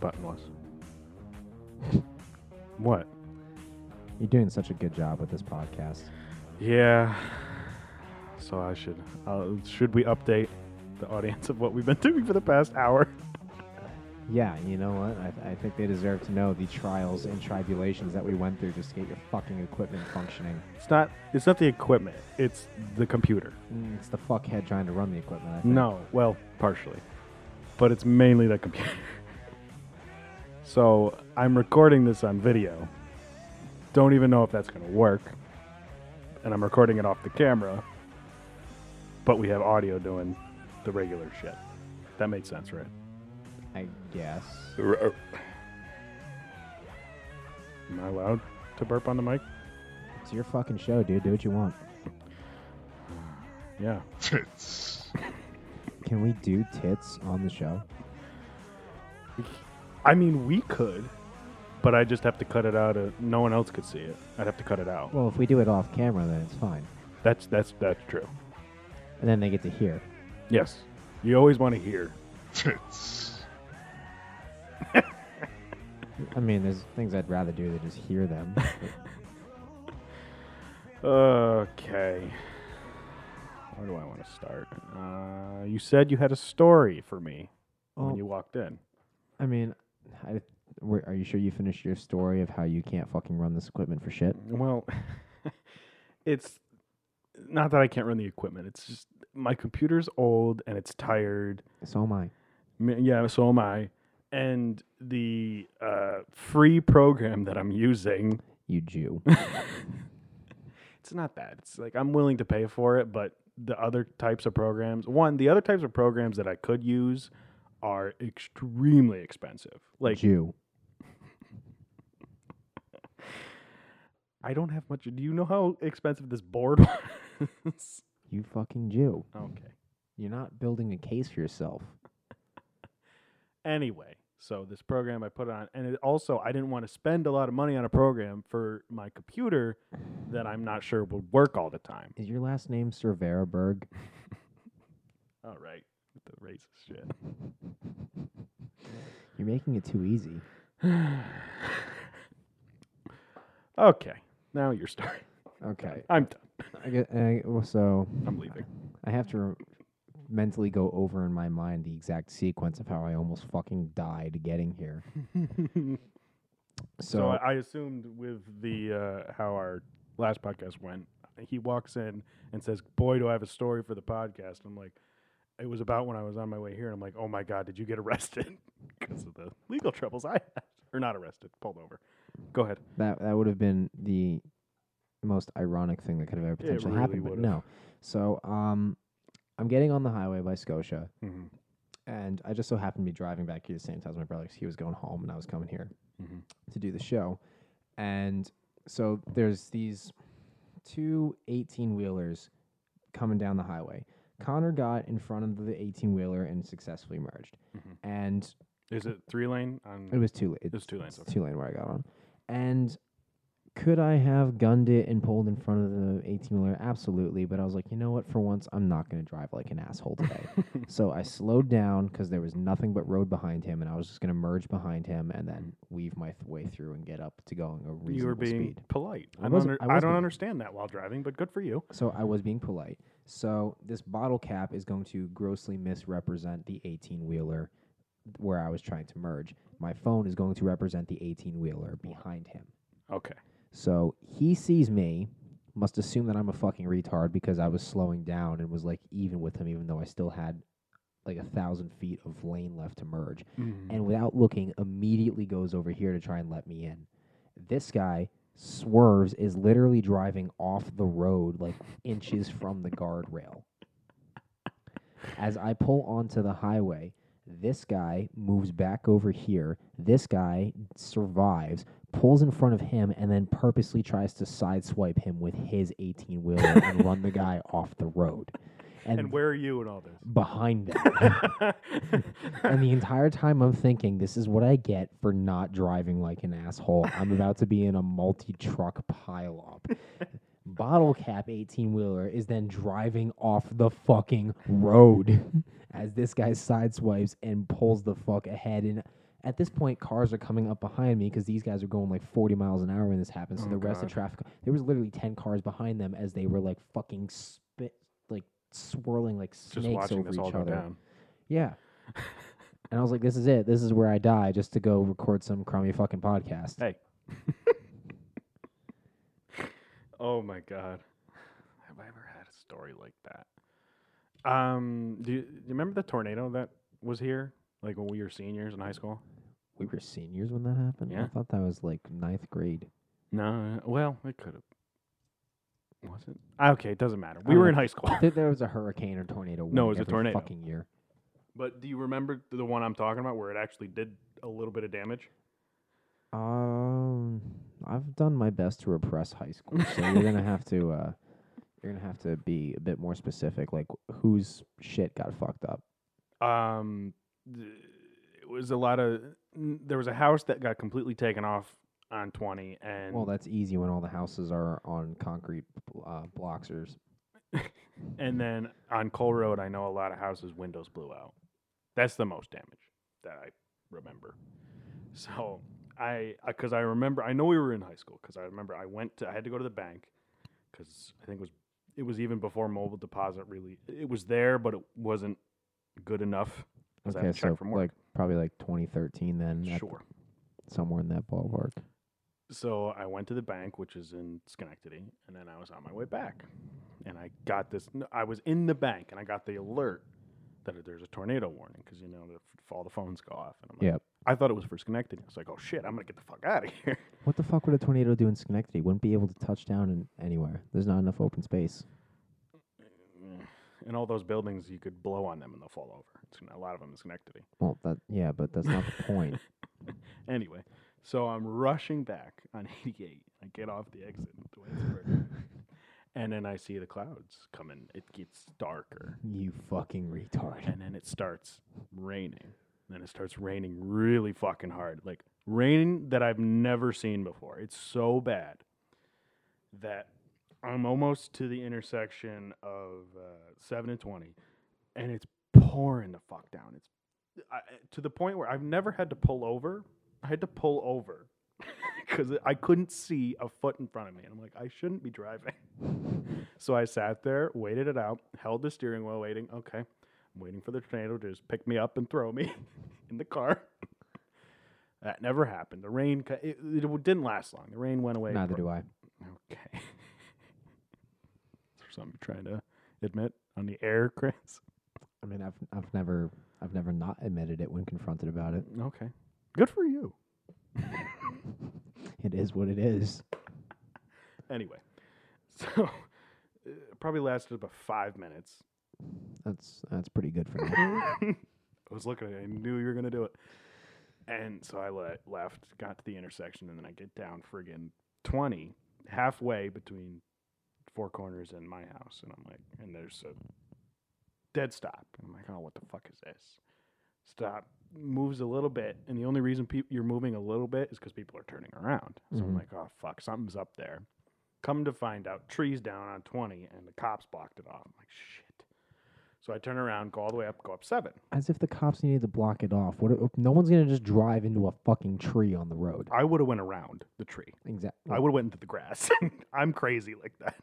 button was. What? You're doing such a good job with this podcast. Yeah. So I should. Uh, should we update the audience of what we've been doing for the past hour? Yeah, and you know what? I, th- I think they deserve to know the trials and tribulations that we went through just to get your fucking equipment functioning. It's not. It's not the equipment. It's the computer. Mm, It's the fuckhead trying to run the equipment. I think. No, well, partially, but it's mainly the computer. so I'm recording this on video. Don't even know if that's going to work, and I'm recording it off the camera. But we have audio doing the regular shit. That made sense, right? I guess. Am I allowed to burp on the mic? It's your fucking show, dude. Do what you want. Yeah. Can we do tits on the show? I mean, we could, but I just have to cut it out. Of, no one else could see it. I'd have to cut it out. Well, if we do it off camera, then it's fine. That's that's that's true. And then they get to hear. Yes. You always want to hear. I mean, there's things I'd rather do than just hear them. Okay. Where do I want to start? Uh, you said you had a story for me Oh. when you walked in. I mean, I, were- are you sure you finished your story of how you can't fucking run this equipment for shit? Well, it's not that I can't run the equipment. It's just my computer's old and it's tired. So am I. M- Yeah, so am I. And the uh, free program that I'm using, You Jew. it's not that. It's like I'm willing to pay for it, but the other types of programs, one, the other types of programs that I could use are extremely expensive. Like Jew. I don't have much. Do you know how expensive this board was? You fucking Jew. okay. You're not building a case for yourself. Anyway, so this program I put on, and it also I didn't want to spend a lot of money on a program for my computer that I'm not sure would work all the time. Is your last name Cerveraberg? All right, with the racist shit. You're making it too easy. okay, now you're starting. Okay. I'm done. I get, I, well, so I'm leaving. I have to re- mentally go over in my mind the exact sequence of how I almost fucking died getting here. So, So, I, I assumed with the uh, how our last podcast went, he walks in and says, "Boy, do I have a story for the podcast." I'm like, it was about when I was on my way here, and I'm like, "Oh my god, did you get arrested because of the legal troubles I had, or not arrested, pulled over?" Go ahead. that that would have been the most ironic thing that could have ever potentially really happened, but would've. no. So um, I'm getting on the highway by Scotia, Mhm. and I just so happened to be driving back here the same time as my brother 'cause he was going home and I was coming here Mhm. to do the show. And so there's these two 18 wheelers coming down the highway. Connor got in front of the 18 wheeler and successfully merged. Mhm. And Is it three lane? it On was too late. It was two lanes, okay. Two lane where I got on. And could I have gunned it and pulled in front of the 18 wheeler? Absolutely. But I was like, you know what? For once, I'm not going to drive like an asshole today. so I slowed down because there was nothing but road behind him, and I was just going to merge behind him and then weave my th- way through and get up to going a reasonable you were being speed. polite. I, I don't. wasn't- Under, I I, was don't being- understand that while driving, but good for you. So I was being polite. So this bottle cap is going to grossly misrepresent the 18 wheeler where I was trying to merge. My phone is going to represent the 18 wheeler behind him. Okay. So he sees me, must assume that I'm a fucking retard because I was slowing down and was like even with him, even though I still had like a thousand feet of lane left to merge. And Mm-hmm. without looking, immediately goes over here to try and let me in. This guy swerves, is literally driving off the road like inches from the guardrail. As I pull onto the highway, this guy moves back over here. This guy survives, pulls in front of him, and then purposely tries to sideswipe him with his 18 wheeler and run the guy off the road. And, And, where are you in all this? behind them. and the entire time I'm thinking, this is what I get for not driving like an asshole. I'm about to be in a multi truck pileup. Bottle cap 18 wheeler is then driving off the fucking road as this guy sideswipes and pulls the fuck ahead. And At this point, cars are coming up behind me because these guys are going like 40 miles an hour when this happens. So Oh, the rest of God. traffic, there was literally 10 cars behind them as they were like fucking spit, like swirling like Just snakes watching over this all each go other. down. Yeah. and I was like, this is it. This is where I die just to go record some crummy fucking podcast. Hey. oh my god. Have I ever had a story like that? Um, do you, do you remember the tornado that was here? Like when we were seniors in high school? We were seniors when that happened. I Yeah. thought that was like ninth grade. No. uh, Well, it could have. Was it? Oh, Okay, it doesn't matter. I We don't were know. in high school. I think there was a hurricane or tornado. No, one it was a every tornado. Fucking year. but do you remember the one I'm talking about where it actually did a little bit of damage? Um, I've done my best to repress high school, so you're gonna have to. Uh, you're gonna have to be a bit more specific. Like whose shit got fucked up? um th- it was a lot of n- there was a house that got completely taken off on 20 and well, that's easy when all the houses are on concrete uh, blocks or s- and then on Cole Road I know a lot of houses windows blew out. That's the most damage that I remember. So I cuz I remember I know we were in high school cuz I remember I went to I had to go to the bank cuz I think it was it was even before mobile deposit really it was there but it wasn't good enough. 'cause I had Okay, to check so from work. like probably like 2013 then, at- sure. somewhere in that ballpark. so I went to the bank, which is in Schenectady, and then I was on my way back, and I got this. n- I was in the bank, and I got the alert that there's a tornado warning because you know the, all the phones go off, and I'm like, Yep. I thought it was for Schenectady. I was like, oh shit, I'm gonna get the fuck out of here. What the fuck would a tornado do in Schenectady? Wouldn't be able to touch down in anywhere. There's not enough open space. And all those buildings, you could blow on them and they'll fall over. It's, a lot of them in Schenectady. Well, that yeah, but that's not the point. Anyway, so I'm rushing back on 88. I get off the exit into Whitesburg, and then I see the clouds coming. It gets darker. you fucking retard. and then it starts raining. Then it starts raining really fucking hard, like rain that I've never seen before. It's so bad that I'm almost to the intersection of uh, seven and twenty, and it's pouring the fuck down. It's I, to the point where I've never had to pull over. I had to pull over because I couldn't see a foot in front of me, and I'm like, I shouldn't be driving. So I sat there, waited it out, held the steering wheel, waiting. Okay, I'm waiting for the tornado to just pick me up and throw me in the car. that never happened. The rain, ca- it, it w- didn't last long. The rain went away. Neither pro- do I. Okay. Is there something you're trying to admit on the air, Chris? I mean, I've I've never I've never not admitted it when confronted about it. Okay. Good for you. It is what it is. Anyway, so it probably lasted about five minutes. That's that's pretty good for me. I was looking at it. I knew you were going to do it. And so I le- left, got to the intersection, and then I get down friggin' 20, halfway between Four Corners and my house. And I'm like, and there's a dead stop. And I'm like, oh, what the fuck is this? Stop moves a little bit. And the only reason peop you're moving a little bit is because people are turning around. So I'm Mhm. like, oh, fuck, something's up there. Come to find out, trees down on 20, and the cops blocked it off. I'm like, shit. So I turn around, go all the way up, go up seven. As if the cops needed to block it off. What? if- No one's gonna just drive into a fucking tree on the road. I would have went around the tree. Exactly. I would have went into the grass. I'm crazy like that.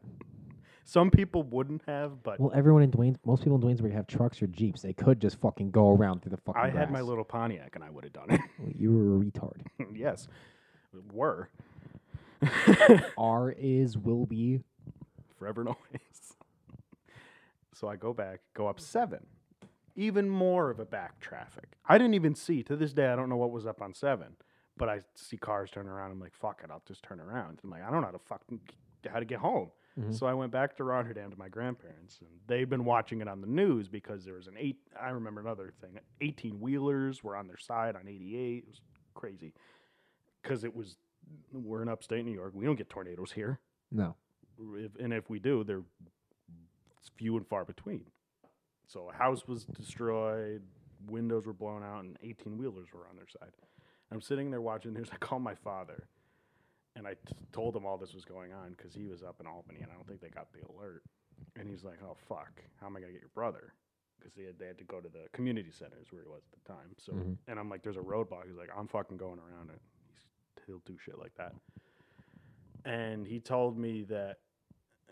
Some people wouldn't have, but Well, everyone in Dwayne, most people in Dwainesburg have trucks or jeeps. They could just fucking go around through the fucking. I had my grass. little Pontiac and I would have done it. Well, You were a retard. yes, were R is will be. forever and always. So I go back, go up seven, even more of a back traffic. I didn't even see to this day. I don't know what was up on seven, but I see cars turn around. I'm like, fuck it, I'll just turn around. I'm like, I don't know how to fucking how to get home. Mhm. So I went back to Rotterdam to my grandparents, and they'd been watching it on the news because there was an eight. I remember another thing: eighteen wheelers were on their side on eighty eight. It was crazy because it was we're in upstate New York. We don't get tornadoes here No. if, and if we do, they're it's few and far between. So a house was destroyed, windows were blown out, and eighteen wheelers were on their side. I'm sitting there watching the news. I call my father, and I t- told him all this was going on because he was up in Albany, and I don't think they got the alert. And he's like, "Oh fuck, how am I gonna get your brother?" 'Cause because they had, they had to go to the community centers where he was at the time. So, Mhm. and I'm like, there's a roadblock. He's like, I'm fucking going around it. He's, he'll do shit like that. And he told me that uh,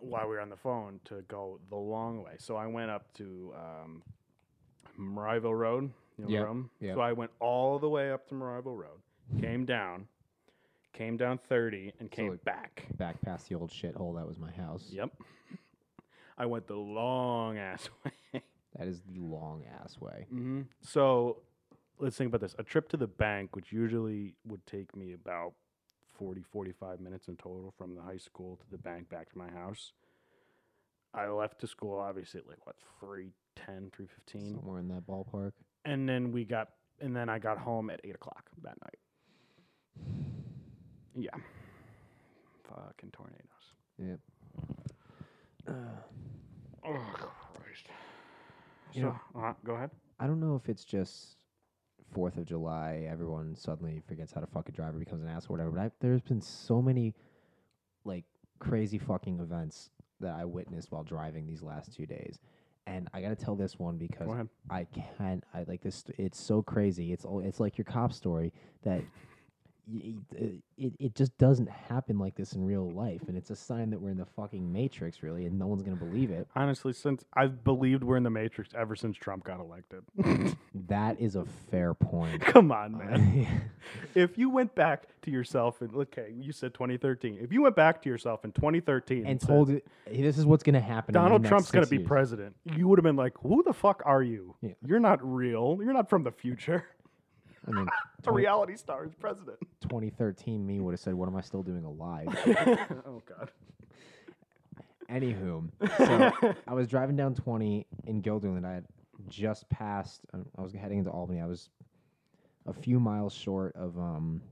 while we were on the phone to go the long way. So I went up to um, Maryville Road. You know, Yeah, Rome? yeah. So I went all the way up to Maryville Road, came down, came down 30, and So, came like, back. Back past the old shithole that was my house. Yep. I went the long ass way. That is the long ass way. hmm So let's think about this. A trip to the bank, which usually would take me about 40, 45 minutes in total from the high school to the bank back to my house. I left to school, obviously, at like what, 310, 315? Somewhere in that ballpark. And then we got, and then I got home at 8 o'clock that night. Yeah. Fucking tornadoes. Yep. Oh, Christ. You so, know- uh, go ahead. I don't know if it's just Fourth of July, everyone suddenly forgets how to fuck a driver, becomes an asshole, whatever. But I, there's been so many like crazy fucking events that I witnessed while driving these last two days, and I gotta tell this one because Go ahead. I can't. I like this. It's so crazy. It's all. It's like your cop story that. y- y- It, it just doesn't happen like this in real life, and it's a sign that we're in the fucking matrix, really, and no one's gonna believe it. Honestly, since I've believed we're in the Matrix ever since Trump got elected. That is a fair point. Come on, man. if you went back to yourself and okay, you said 2013. If you went back to yourself in 2013 and said, told it, "Hey, this is what's going to happen. in the Donald next Trump's going to six be years." president, you would have been like, "Who the fuck are you? Yeah. You're not real. You're not from the future. I mean, The Twenty- reality star is president." 2013 me would have said, "What am I still doing alive?" oh god. Anywho, so I was driving down 20 in Guilderland. I had just passed. um, I was heading into Albany. I was a few miles short of um,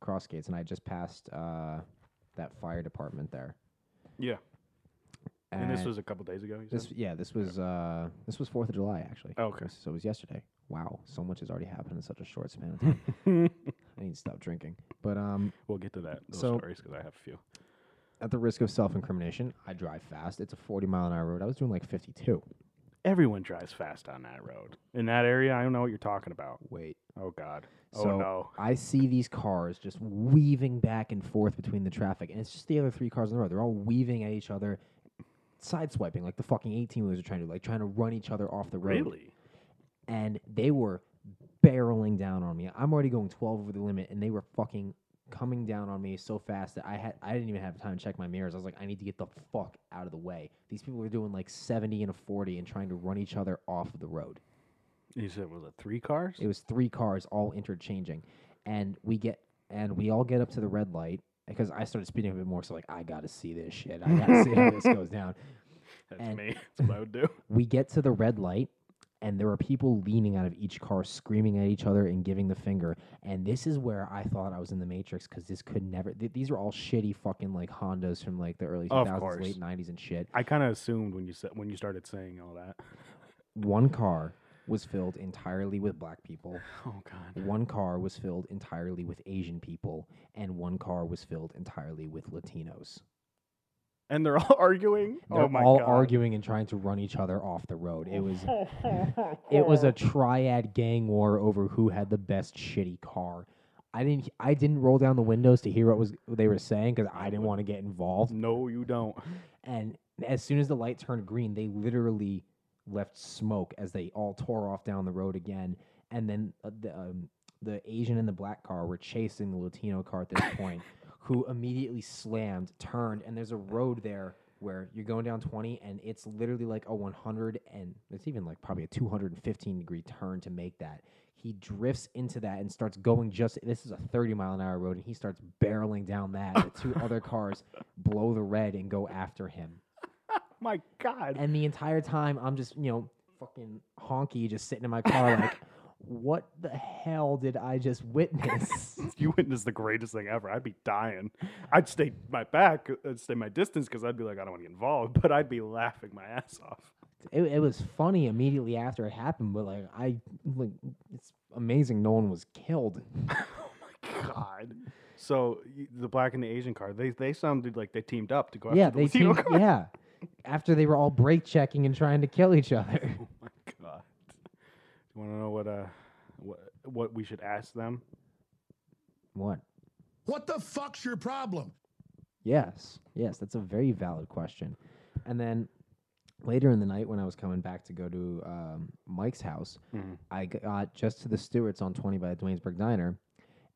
Crossgates, and I just passed uh, that fire department there. Yeah. And, this And was a couple days ago. You said? Uh, this. Yeah, this was uh, this was Fourth of July actually. Oh, okay. This- So it was yesterday. Wow, so much has already happened in such a short span of time. I need to stop drinking. But um, we'll get to that those So- stories because I have a few. at the risk of self-incrimination, I drive fast. It's a 40 mile an hour road. I was doing like 52. Everyone drives fast on that road. In that area, I don't know what you're talking about. Wait. Oh god. So oh no. I see these cars just weaving back and forth between the traffic, and it's just the other three cars on the road. They're all weaving at each other, sideswiping like the fucking 18 wheelers are trying to, do, like trying to run each other off the road. Really? And they were barreling down on me. I'm already going 12 over the limit, and they were fucking coming down on me so fast that I had I didn't even have time to check my mirrors. I was like, I need to get the fuck out of the way. These people were doing like 70 and a 40 and trying to run each other off of the road. You said was it three cars? It was three cars all interchanging, and we get and we all get up to the red light because I started speeding a bit more. So like I gotta see this shit. I gotta see how this goes down. That's and- me. That's what I would do. We get to the red light, and there are people leaning out of each car, screaming at each other and giving the finger. And this is where I thought I was in the Matrix because this could never. Th- these are all shitty fucking like Hondas from like the early Of 2000s, course. late 90s and shit. I kind of assumed when you said when you started saying all that. One car was filled entirely with black people. Oh God. One car was filled entirely with Asian people, and one car was filled entirely with Latinos. And they're all arguing. They're oh my all God. arguing and trying to run each other off the road. It was it was a triad gang war over who had the best shitty car. I didn't I didn't roll down the windows to hear what was what they were saying because I didn't want to get involved. No, you don't. And as soon as the light turned green, they literally left smoke as they all tore off down the road again. And then uh, the, um, the Asian and the black car were chasing the Latino car at this point, who immediately slammed, turned, and there's a road there where you're going down 20 and it's literally like a 100 and it's even like probably a 215 degree turn to make that. He drifts into that and starts going just this is a 30 mile an hour road and he starts barreling down that. The two other cars blow the red and go after him. My God. And the entire time, I'm just, you know, fucking honky, just sitting in my car, like, what the hell did I just witness? you witnessed the greatest thing ever. I'd be dying. I'd stay my back. I'd stay my distance because I'd be like, I don't want to get involved. But I'd be laughing my ass off. it, it was funny immediately after it happened, but like, I, like, it's amazing no one was killed. oh my God. So y- the black and the Asian car, they they sounded like they teamed up to go after yeah, the they Latino teamed, car. yeah. After they were all brake checking and trying to kill each other. Oh my you want to know what uh what what we should ask them? What? What the fuck's your problem? Yes, yes, that's a very valid question. And then later in the night, when I was coming back to go to um, Mike's house, Mhm. I g- got just to the Stewart's on 20 by the Dwaynesburg Diner,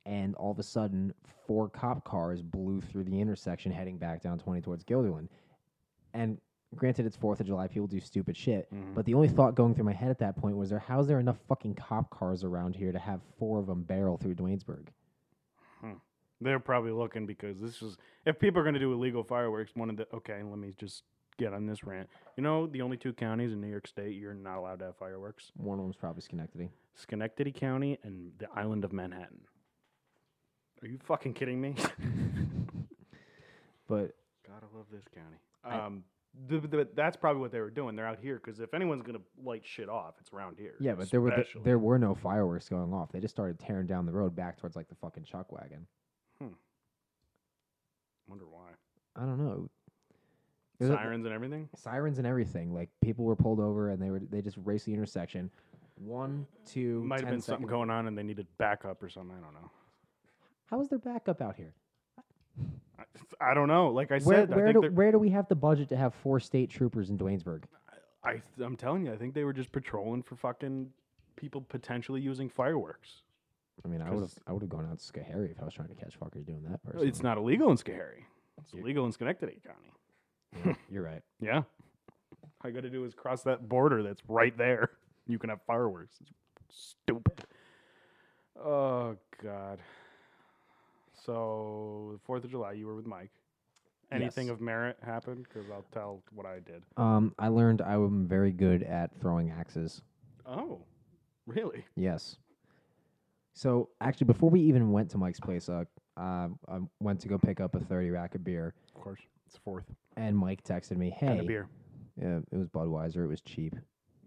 and all of a sudden, four cop cars blew through the intersection heading back down 20 towards Gilderland. And granted, it's 4th of July, people do stupid shit, but the only thought going through my head at that point was there, how's there enough fucking cop cars around here to have four of them barrel through Dwaynesburg? They're probably looking because this is if people are going to do illegal fireworks. One of the okay, let me just get on this rant. You know, the only two counties in New York State you're not allowed to have fireworks: One of them's probably Schenectady. Schenectady County and the island of Manhattan. Are you fucking kidding me? But Gotta love this county. Um, th- th- that's probably what they were doing. They're out here because if anyone's gonna light shit off, it's around here. Yeah, but there were th- especially. there were no fireworks going off. They just started tearing down the road back towards like the fucking chuck wagon. Wonder why I don't know. There's a- sirens and everything. sirens and everything. Like people were pulled over and they were they just raced the intersection. One, two, Might have 10 been something seconds. going on and they needed backup or something. I don't know. How is there backup out here? I, I don't know. Like I Where said, I where think do, they're- where do we have the budget to have four state troopers in Dwaynesburg? I th- I'm telling you, I think they were just patrolling for fucking people potentially using fireworks. I mean, I would have 'Cause- I would have gone out to Schoharie if I was trying to catch fuckers doing that. Personally. It's not illegal in Schoharie. It's Yeah. illegal in Schenectady County. Yeah, you're right. Yeah. All you got to do is cross that border that's right there. You can have fireworks. It's stupid. Oh, God. So, the 4th of July, you were with Mike. Anything Yes. of merit happened? Because I'll tell what I did. Um, I learned I am very good at throwing axes. Oh, really? Yes. So actually, before we even went to Mike's place, uh, uh, I went to go pick up a thirty rack of beer, Of course. It's 4th. and Mike texted me, "Hey, Kind of beer. yeah, it was Budweiser. It was cheap.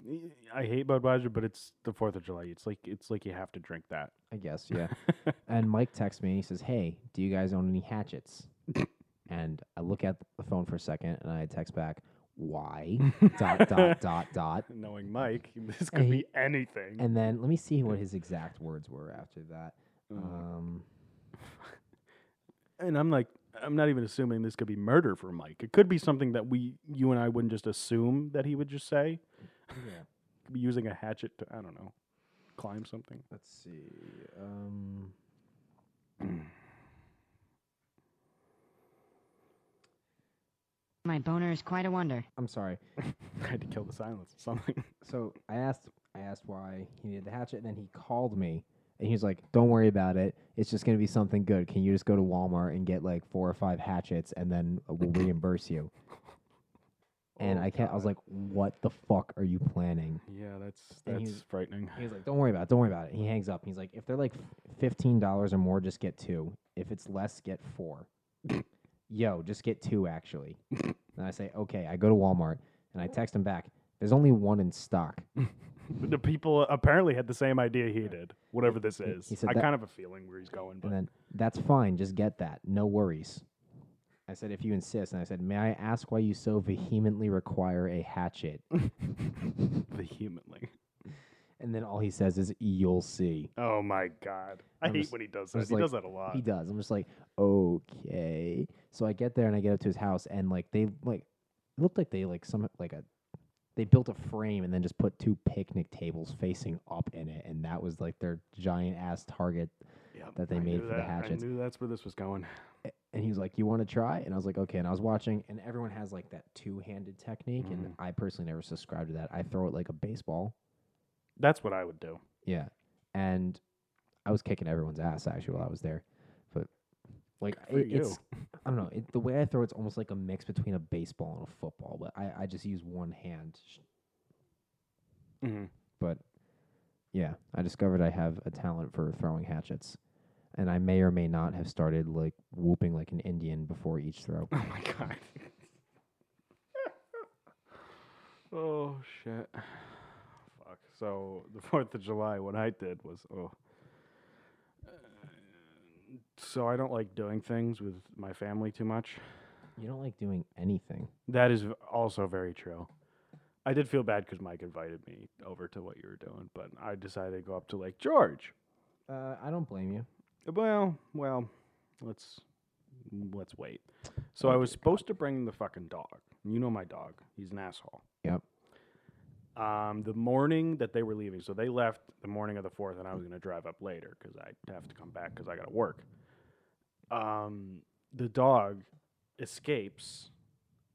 Y- I hate Budweiser, but it's the 4th of July. It's like it's like you have to drink that. I guess, yeah." and Mike texts me, he says, "Hey, do you guys own any hatchets?" and I look at the phone for a second, and I text back, "Why?" dot dot dot dot. Knowing Mike, this could he- be anything. And then let me see what his exact words were after that. Uh, Um, and I'm like, I'm not even assuming this could be murder for Mike. It could be something that we, you and I, wouldn't just assume that he would just say. yeah. Could be using a hatchet to, I don't know, climb something. Let's see. Um, My boner is quite a wonder. I'm sorry. I had to kill the silence or something. so I asked I asked why he needed the hatchet, and then he called me and he was like, Don't worry about it. It's just gonna be something good. Can you just go to Walmart and get like four or five hatchets and then uh, we'll reimburse you? And Oh, I can't I was God. like, What the fuck are you planning? yeah, that's And he that's was- frightening. He was like, Don't worry about it, don't worry about it. He hangs up and he's like, If they're like fifteen dollars or more, just get two. If it's less, get four. Yo, just get two actually. and I say, Okay, I go to Walmart and I text him back. There's only one in stock. the people apparently had the same idea he did. Whatever this is, he said I that- kind of have a feeling where he's going, but And then that's fine, just get that. No worries. I said, if you insist, and I said, may I ask why you so vehemently require a hatchet? vehemently. and then all he says is, you'll see. Oh my God, I I'm hate just- when he does that. I'm just He like- does that a lot. He does. I'm just like, okay. So I get there and I get up to his house, and like they like it looked like they like some like a they built a frame and then just put two picnic tables facing up in it, and that was like their giant ass target. Yep, that they I made knew for the that. hatchets. I knew that's where this was going. and he was like, "You want to try?" And I was like, "Okay." And I was watching, and everyone has like that two-handed technique, and I personally never subscribed to that. I throw it like a baseball. That's what I would do. Yeah, and I was kicking everyone's ass actually while I was there, but like for it- it's I don't know it, the way I throw it's almost like a mix between a baseball and a football, but I I just use one hand. sh- Mm-hmm. But yeah, I discovered I have a talent for throwing hatchets. And I may or may not have started like whooping like an Indian before each throw. Oh my god. oh shit. Fuck. So the Fourth of July, what I did was oh. Uh, So I don't like doing things with my family too much. You don't like doing anything. That is v- also very true. I did feel bad because Mike invited me over to what you were doing, but I decided to go up to Lake George. Uh, I don't blame you. Well, well, let's let's wait. So I was supposed to bring the fucking dog. You know my dog. He's an asshole. Yep. Um, the morning that they were leaving, so they left the morning of the fourth, and I was going to drive up later because I have to come back because I got to work. Um, the dog escapes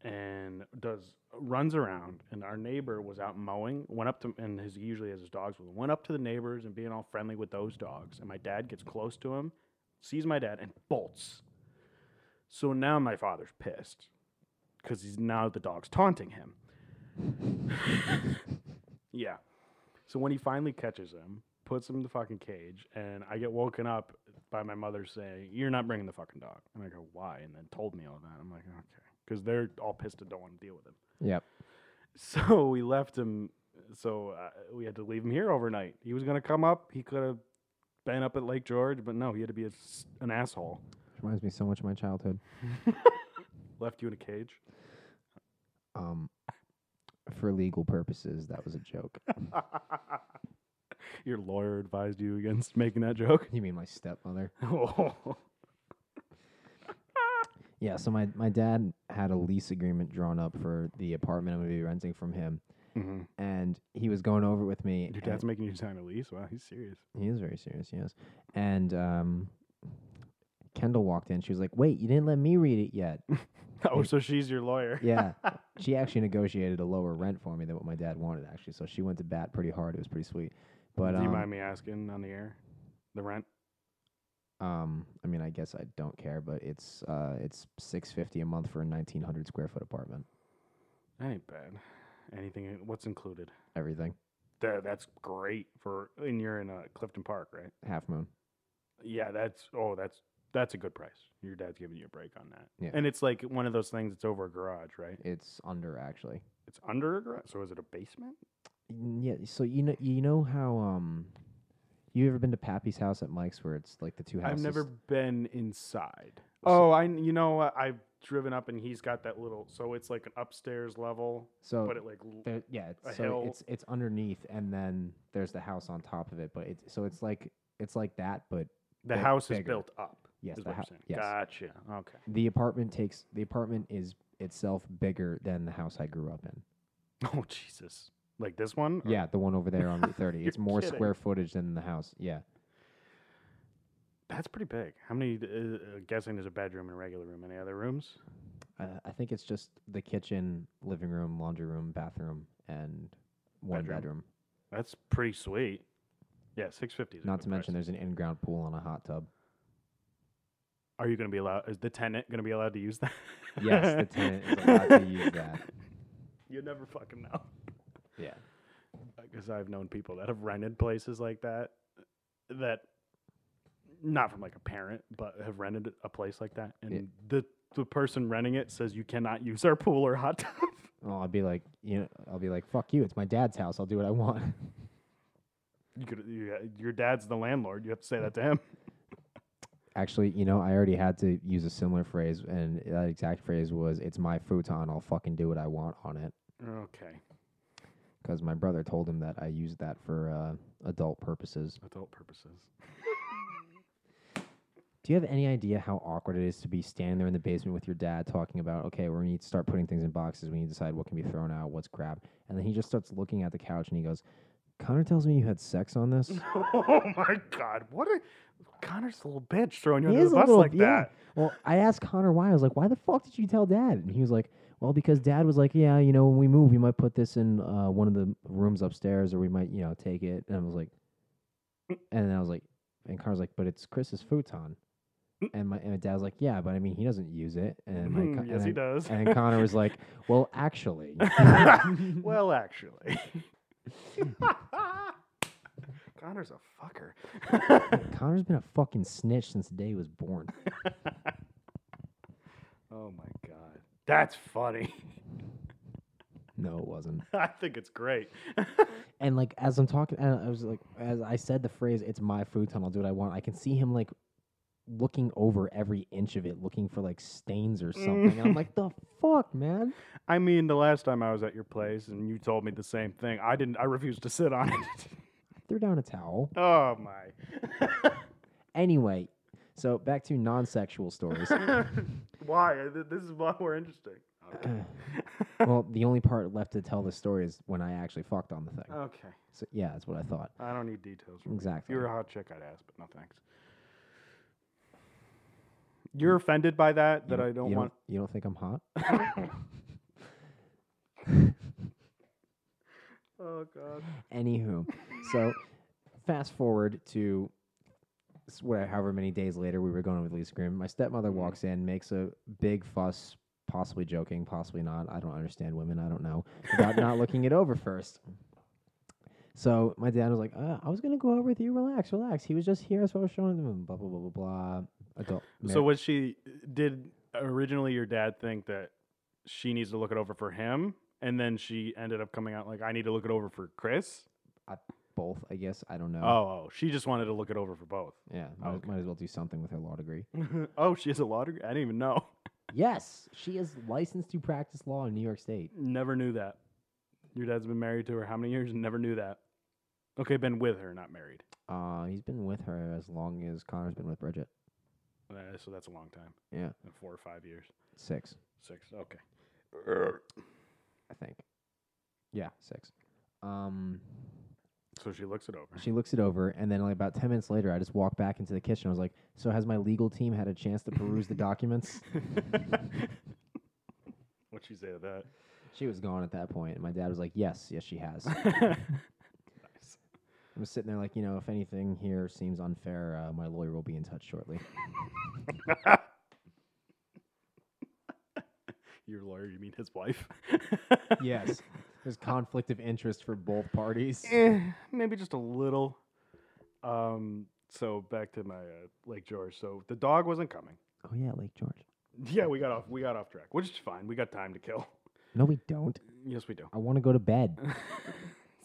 and does runs around, and our neighbor was out mowing. Went up to and his usually has his dogs with him, went up to the neighbors and being all friendly with those dogs. And my dad gets close to him, sees my dad, and bolts. So now my father's pissed because he's now the dog's taunting him. yeah. So when he finally catches him, puts him in the fucking cage, and I get woken up by my mother saying, "You're not bringing the fucking dog." And I go, "Why?" And then told me all that. I'm like, "Okay," because they're all pissed and don't want to deal with him. Yep. So we left him. So uh, we had to leave him here overnight. He was gonna come up. He could have been up at Lake George, but no, he had to be a s an asshole. Reminds me so much of my childhood. Left you in a cage. Um, for legal purposes, that was a joke. Your lawyer advised you against making that joke. you mean my stepmother? Oh. Yeah. So my my dad had a lease agreement drawn up for the apartment I'm gonna be renting from him, Mhm. and he was going over it with me. Your and- dad's making you sign a lease. Wow, he's serious. He is very serious, yes. And um, Kendall walked in. She was like, "Wait, you didn't let me read it yet." Oh, so she's your lawyer. yeah, she actually negotiated a lower rent for me than what my dad wanted, actually. So she went to bat pretty hard. It was pretty sweet. But Do you um, mind me asking on the air the rent? um, I mean, I guess I don't care, but it's uh, it's six fifty a month for a nineteen hundred square foot apartment. That ain't bad. Anything? in- What's included? Everything, Tha- that's great for. And you're in uh, Clifton Park, right? half moon. Yeah, that's. Oh, that's that's a good price. Your dad's giving you a break on that. Yeah. And it's like one of those things. that's over a garage, right? It's under actually. It's under a garage. So is it a basement? Mm, Yeah. So you know you know how um, you ever been to Pappy's house at Mike's where it's like the two I've houses? never been inside. So- Oh, I you know what? I've driven up and he's got that little so it's like an upstairs level, So but it like l- There, yeah, a it's, so hill. it's it's underneath, and then there's the house on top of it. But it's so it's like it's like that, but the big- house is bigger. built up. Yes, is the what you're hou- saying. yes. Gotcha. Okay. the apartment takes the apartment is itself bigger than the house I grew up in. Oh Jesus! Like this one? Or- Yeah, the one over there on Route 30. It's You're more kidding. square footage than the house. Yeah, That's pretty big. How many? Uh, uh, guessing there's a bedroom and a regular room. Any other rooms? uh, I think it's just the kitchen, living room, laundry room, bathroom, and one Bedroom. bedroom. That's pretty sweet. Yeah, six fifty. Not to mention there's an in-ground pool and a hot tub. Are you going to be allowed? Is the tenant going to be allowed to use that? Yes, the tenant is allowed to use that. You never fucking know. Yeah. because I've known people that have rented places like that that not from like a parent, but have rented a place like that, and the the person renting it says you cannot use our pool or hot tub. Well, I'll be like, you know, I'll be like, fuck you. It's my dad's house. I'll do what I want. you could you, your dad's the landlord. You have to say that to him. Actually, you know, I already had to use a similar phrase, and that exact phrase was, "It's my futon. I'll fucking do what I want on it." Okay, Because my brother told him that I used that for uh, adult purposes. adult purposes. Do you have any idea how awkward it is to be standing there in the basement with your dad talking about, "Okay, we need to start putting things in boxes. We need to decide what can be thrown out, what's crap," and then he just starts looking at the couch and he goes, "Connor tells me you had sex on this." oh my god, what a Connor's a little bitch throwing you He under is the a bus little- like yeah. that. Well, I asked Connor why. I was like, "Why the fuck did you tell Dad?" And he was like, "Well, because Dad was like, yeah, you know, when we move, we might put this in uh, one of the rooms upstairs, or we might, you know, take it." And I was like, and then I was like, and Connor's like, "But it's Chris's futon," and my and my dad was like, "Yeah, but I mean, he doesn't use it." And my, Mhm, co- yes, and he then- does. And then Connor was like, "Well, actually." well, actually. Connor's a fucker. Connor's been a fucking snitch since the day he was born. oh my god. That's funny. No, it wasn't. I think it's great. And like as I'm talking, and I was like, as I said the phrase, "It's my food tunnel. I'll do what I want." I can see him like looking over every inch of it, looking for like stains or something. Mm. I'm like, the fuck, man. I mean, the last time I was at your place and you told me the same thing. I didn't. I refused to sit on it. Threw down a towel. oh my! Anyway, so back to non-sexual stories. why? Th- This is why we're interesting. well, the only part left to tell the story is when I actually fucked on the thing. Okay. So yeah, that's what I thought. I don't need details. From you. If Exactly. you were a hot chick, I'd ask, but no thanks. You're offended by that? That I don't Mm. you want. you don't think I'm hot? Oh god. Anywho, so fast forward to s- whatever, however many days later we were going with Lisa Grimm. My stepmother Mm-hmm. walks in, makes a big fuss, possibly joking, possibly not. I don't understand women. I don't know about not looking it over first. So my dad was like, uh, "I was gonna go out with you. Relax, relax. He was just here, so I was showing him." Blah blah blah blah blah. Adult. So was she? Did originally your dad think that she needs to look it over for him, and then she ended up coming out like, "I need to look it over for Chris." both, I guess. I don't know. Oh, oh she just wanted to look it over for both. Yeah, might, okay. might as well do something with her law degree. oh, she has a law degree. I didn't even know. yes, she is licensed to practice law in New York State. Never knew that. Your dad's been married to her how many years? Never knew that. Okay, been with her, not married. Uh, he's been with her as long as Connor's been with Bridget. Uh, so that's a long time. Yeah, Uh, Four or five years. six, Six. Okay. I think. Yeah, six. Um, So she looks it over. she looks it over, and then like about ten minutes later, I just walk back into the kitchen. I was like, "So has my legal team had a chance to peruse the documents?" What'd she say to that? She was gone at that point, and my dad was like, "Yes, yes, she has." Nice. I was sitting there like, you know, if anything here seems unfair, uh, my lawyer will be in touch shortly. Your lawyer, you mean his wife? yes, there's conflict of interest for both parties. Eh, maybe just a little. Um, so back to my uh, Lake George. So the dog wasn't coming. Oh yeah, Lake George. Yeah, we got off. We got off track, which is fine. We got time to kill. No, we don't. Yes, we do. I want to go to bed.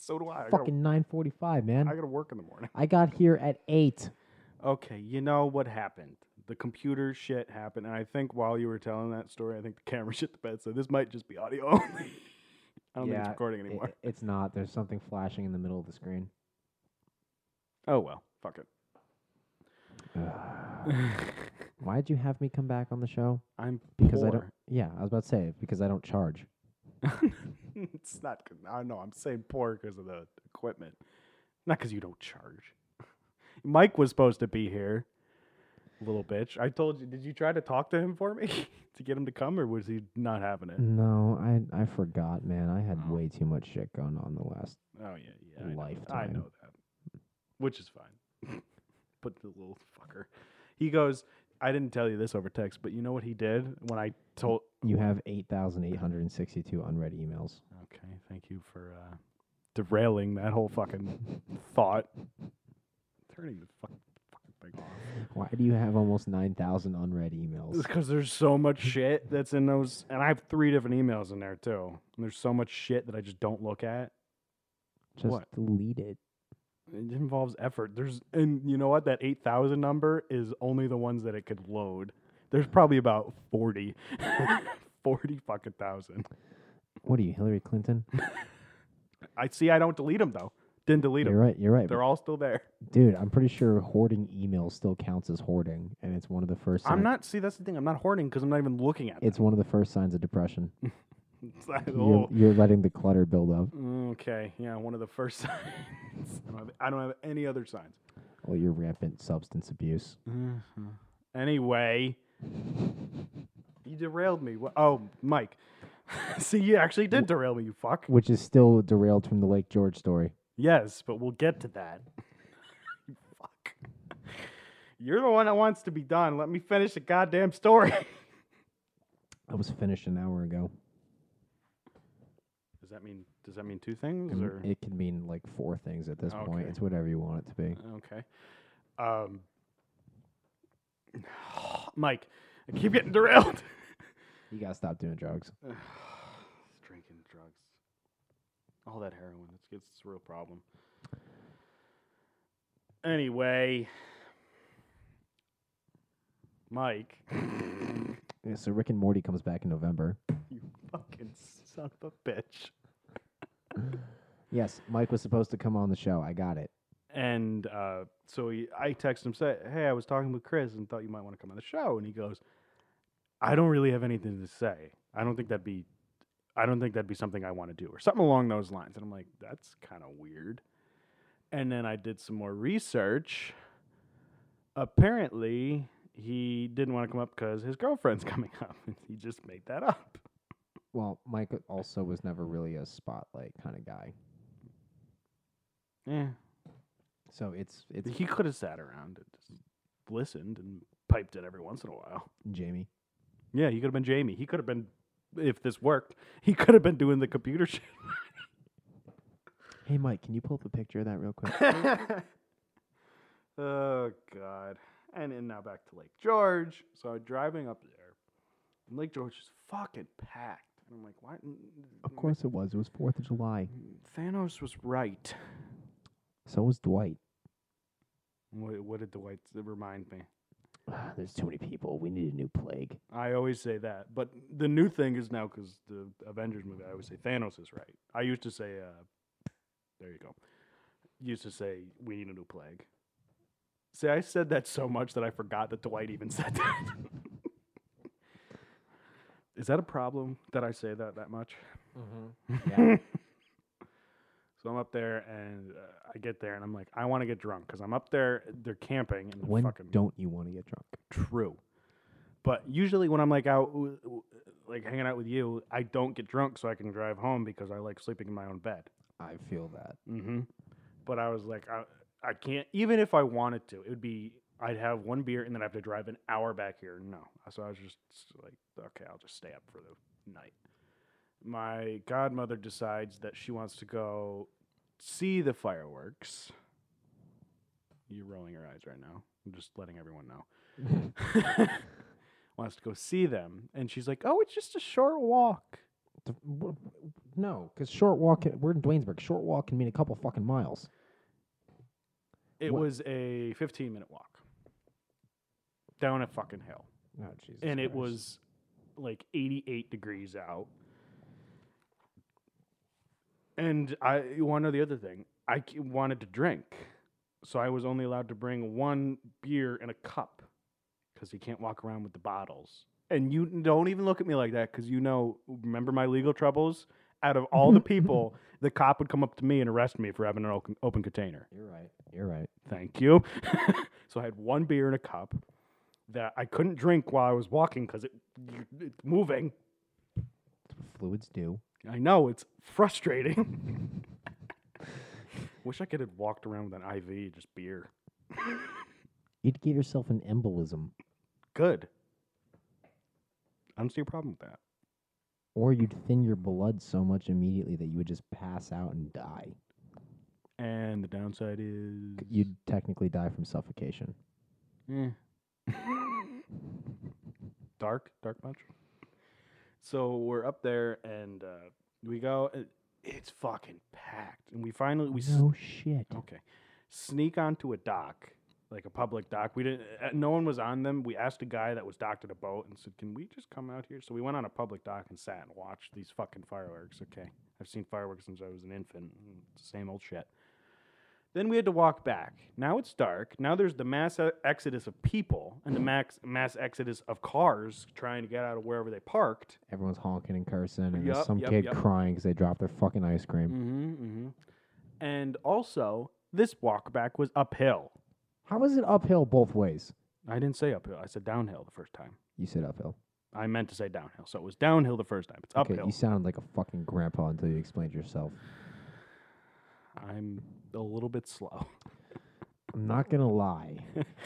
So do I. I gotta, Fucking nine forty-five, man. I gotta work in the morning. I got here at eight. Okay, you know what happened? The computer shit happened, and I think while you were telling that story, I think the camera shit the bed. So this might just be audio only. I don't think it's recording anymore. it's not. There's something flashing in the middle of the screen. oh well, fuck it. Ah. Why'd you have me come back on the show? I'm Because poor. I don't. Yeah, I was about to say because I don't charge. it's not. 'cause- I know. I'm saying poor because of the equipment, not because you don't charge. Mike was supposed to be here. Little bitch. I told you. Did you try to talk to him for me to get him to come, or was he not having it? No, I I forgot, man. I had way too much shit going on the last. Oh yeah, yeah. I know. I Lifetime. know that, which is fine. but the little fucker. He goes. I didn't tell you this over text, but you know what he did when I told. You have eight thousand eight hundred and sixty-two unread emails. Okay, thank you for uh, derailing that whole fucking thought. Turning the fuck, fucking thing off. Why do you have almost nine thousand unread emails? It's because there's so much shit that's in those, and I have three different emails in there too. And there's so much shit that I just don't look at. Just what? delete it. It involves effort. There's, and you know what? That eight thousand number is only the ones that it could load. There's probably about 40. 40 fucking thousand. What are you, Hillary Clinton? I see. I don't delete them though. Didn't delete You're them. right. You're right. They're all still there. Dude, I'm pretty sure hoarding email still counts as hoarding, and it's one of the first. I'm sign- not. See, that's the thing. I'm not hoarding because I'm not even looking at them. It's one of the first signs of depression. It's like, You're, oh, you're letting the clutter build up. okay. Yeah, one of the first signs. I don't have, I don't have any other signs. Well, your rampant substance abuse. Mm-hmm. Anyway, you derailed me. Wha- Oh, Mike. See, you actually did derail me, you fuck. Which is still derailed from the Lake George story. Yes, but we'll get to that. You fuck. You're the one that wants to be done. Let me finish the goddamn story. I was finished an hour ago. Does that mean? Does that mean two things? And Or It can mean like four things at this point. Okay. It's whatever you want it to be. Okay. Um, Mike, I keep getting derailed. You gotta stop doing drugs. Drinking, drugs, all that heroin. It's, it's a real problem. Anyway, Mike. Yeah, so Rick and Morty comes back in November. you fucking son of a bitch. Yes, Mike was supposed to come on the show. I got it. And uh, so he, I text him, said, Hey, I was talking with Chris and thought you might want to come on the show. And he goes, I don't really have anything to say. I don't think that'd be. I don't think that'd be something I want to do, or something along those lines. And I'm like, that's kind of weird. And then I did some more research. Apparently, he didn't want to come up because his girlfriend's coming up. he just made that up. Well, Mike also was never really a spotlight kind of guy. Yeah, So it's it's he could have sat around and just listened and piped in every once in a while. Jamie. Yeah, he could have been Jamie. He could have been, if this worked, he could have been doing the computer shit. Hey Mike, can you pull up a picture of that real quick? oh God! And and now back to Lake George. So I'm driving up there, and Lake George is fucking packed. And I'm like, why? of course it was. It was Fourth of July. Thanos was right. So was Dwight. What, what did the whites remind me? There's too many people. We need a new plague. I always say that, but the new thing is now because the Avengers movie, I always say Thanos is right. I used to say, uh, there you go. Used to say we need a new plague. See, I said that so much that I forgot that Dwight even said that. is that a problem that I say that that much? Yeah. So I'm up there and uh, I get there and I'm like, I want to get drunk because I'm up there. They're camping and they're when fucking don't you want to get drunk? true. But usually when I'm like out, w- w- like hanging out with you, I don't get drunk so I can drive home because I like sleeping in my own bed. I feel that. Mm-hmm. But I was like, I, I can't. Even if I wanted to, it would be I'd have one beer and then I have to drive an hour back here. No, so I was just like, okay, I'll just stay up for the night. My godmother decides that she wants to go see the fireworks. You're rolling your eyes right now. I'm just letting everyone know. wants to go see them, and she's like, "Oh, it's just a short walk." The- wh- wh- No, because short walk. We're in Dwaynesburg. Short walk can mean a couple fucking miles. It What- was a 15 minute walk down a fucking hill. Oh Jesus. and it Christ. was like 88 degrees out. And I you want to know the other thing? I c- wanted to drink. So I was only allowed to bring one beer and a cup because you can't walk around with the bottles. And you don't even look at me like that because you know, remember my legal troubles? Out of all the people, the cop would come up to me and arrest me for having an open, open container. You're right. You're right. Thank you. so I had one beer in a cup that I couldn't drink while I was walking because it, it's moving. That's what fluids do. I know it's frustrating. Wish I could have walked around with an IV, just beer. You'd give yourself an embolism, Good. I don't see a problem with that. or you'd thin your blood so much immediately that you would just pass out and die. And the downside is You'd technically die from suffocation. Eh. dark, dark much. So we're up there and uh, we go. uh, It's fucking packed, and we finally we s- Oh. No shit. Okay. Sneak onto a dock, like a public dock. We didn't. uh, No one was on them. We asked a guy that was docked at a boat and said, "Can we just come out here?" So we went on a public dock and sat and watched these fucking fireworks. Okay, I've seen fireworks since I was an infant. and It's the same old shit. Then we had to walk back. Now it's dark. Now there's the mass e- exodus of people and the max, mass exodus of cars trying to get out of wherever they parked. Everyone's honking and cursing, and Yup, there's some yup, kid yup. crying because they dropped their fucking ice cream. Mm-hmm, mm-hmm. And also, this walk back was uphill. How is it uphill both ways? I didn't say uphill. I said downhill the first time. You said uphill. I meant to say downhill. So it was downhill the first time. It's Okay, uphill. you sound like a fucking grandpa until you explained yourself. I'm a little bit slow. I'm not gonna lie,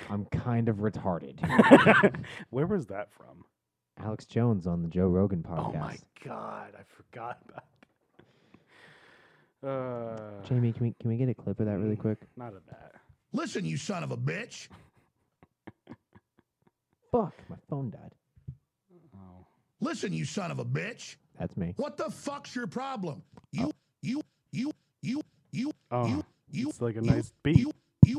I'm kind of retarded. Where was that from? Alex Jones on the Joe Rogan podcast. Oh my god, I forgot about that. Uh, Jamie, can we can we get a clip of that really quick? Not of that. Listen, you son of a bitch. Fuck, my phone died. Oh. Listen, you son of a bitch. That's me. What the fuck's your problem? You, you, you, you, you, Oh, you, it's like a you- nice beat. you, you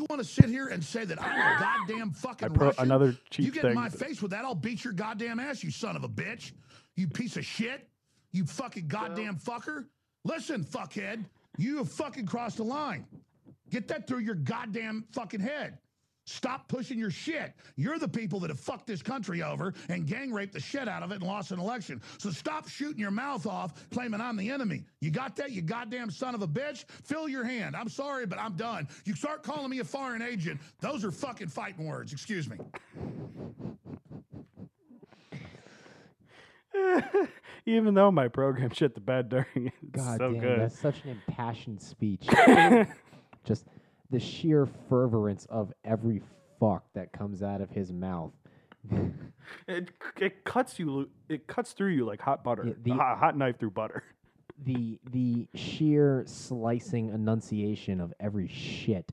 want want to sit here and say that I'm a goddamn I fucking pro- Russian? another you cheap get thing. in my face with that, I'll beat your goddamn ass, you son of a bitch. You piece of shit. You fucking goddamn fucker. Listen, fuckhead. You have fucking crossed the line. Get that through your goddamn fucking head. Stop pushing your shit. You're the people that have fucked this country over and gang raped the shit out of it and lost an election. So stop shooting your mouth off claiming I'm the enemy. You got that, you goddamn son of a bitch? Fill your hand. I'm sorry, but I'm done. You start calling me a foreign agent. Those are fucking fighting words. Excuse me. Even though my program shit the bed during it, it's God so damn, good. that's such an impassioned speech. Just the sheer fervorance of every fuck that comes out of his mouth. It, it cuts you. lo- It cuts through you like hot butter. Yeah, the- a hot, hot knife through butter. The the sheer slicing enunciation of every shit.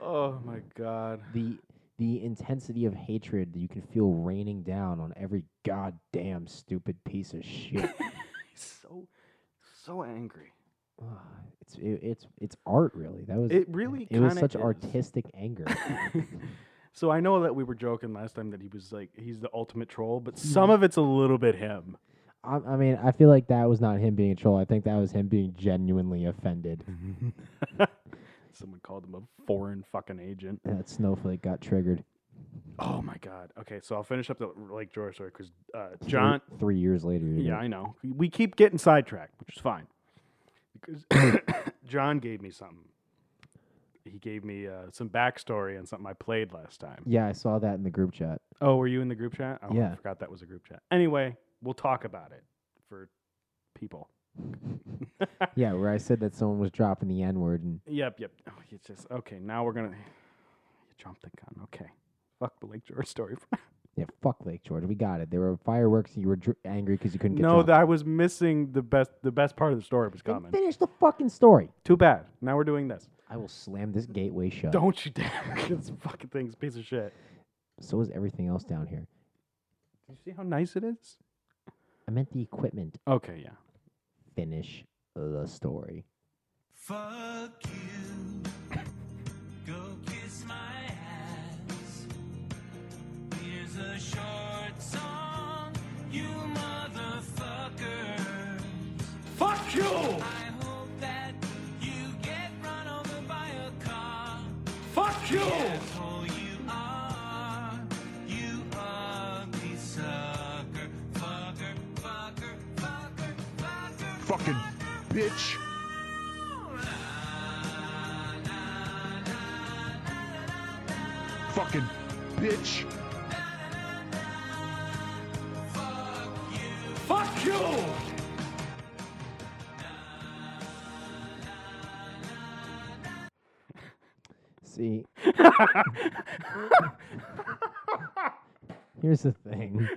Oh my god. The the intensity of hatred that you can feel raining down on every goddamn stupid piece of shit. He's so so angry. Ah, it's it, it's it's art really. That was It really it was kinda such is. artistic anger. so I know that we were joking last time that he was like he's the ultimate troll, but Mm-hmm. some of it's a little bit him. I, I mean, I feel like that was not him being a troll. I think that was him being genuinely offended. Mm-hmm. Someone called him a foreign fucking agent. that snowflake got triggered. Oh my god. Okay, so I'll finish up the Lake George story because uh, three- John. Three years later. you're Yeah, gonna- I know. We keep getting sidetracked, which is fine. Because John gave me something. He gave me uh, some backstory on something I played last time. yeah, I saw that in the group chat. Oh, were you in the group chat? Oh, I Yeah. forgot that was a group chat. Anyway, we'll talk about it for people. Yeah, where I said that someone was dropping the N word and Yep, yep. Oh, you just okay. Now we're gonna. You jumped the gun. Okay. Fuck the Lake George story. yeah, fuck Lake George. We got it. There were fireworks and you were dr- angry because you couldn't get. no, drunk. that I was missing the best. The best part of the story was Then coming. finish the fucking story. Too bad. Now we're doing this. I will slam this gateway shut. Don't you dare! this fucking thing's a piece of shit. So is everything else down here. Do you see how nice it is? I meant the equipment. Okay, yeah. Finish the story. Fuck you. Go kiss my ass. Here's a short song, you motherfuckers. Fuck you! I hope that you get run over by a car. Fuck you! Oh, you are, you ugly sucker. Fucker, fucker, fucker, fucker. Fucking bitch. Fucking bitch. Fuck you! See, here's the thing.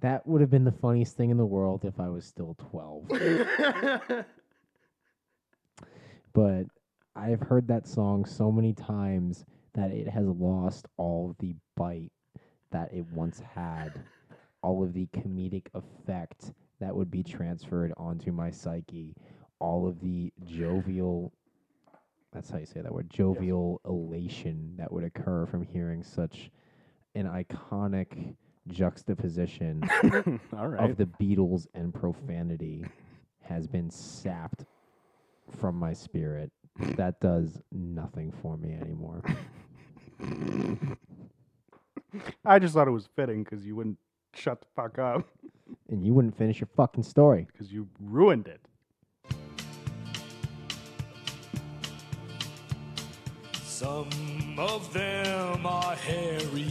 that would have been the funniest thing in the world if I was still 12. but I've heard that song so many times that it has lost all of the bite that it once had, all of the comedic effect that would be transferred onto my psyche, all of the jovial that's how you say that word jovial elation that would occur from hearing such an iconic juxtaposition All right. of the Beatles and profanity has been sapped from my spirit. That does nothing for me anymore. I just thought it was fitting because you wouldn't shut the fuck up And you wouldn't finish your fucking story. because you ruined it. Some of them are hairy.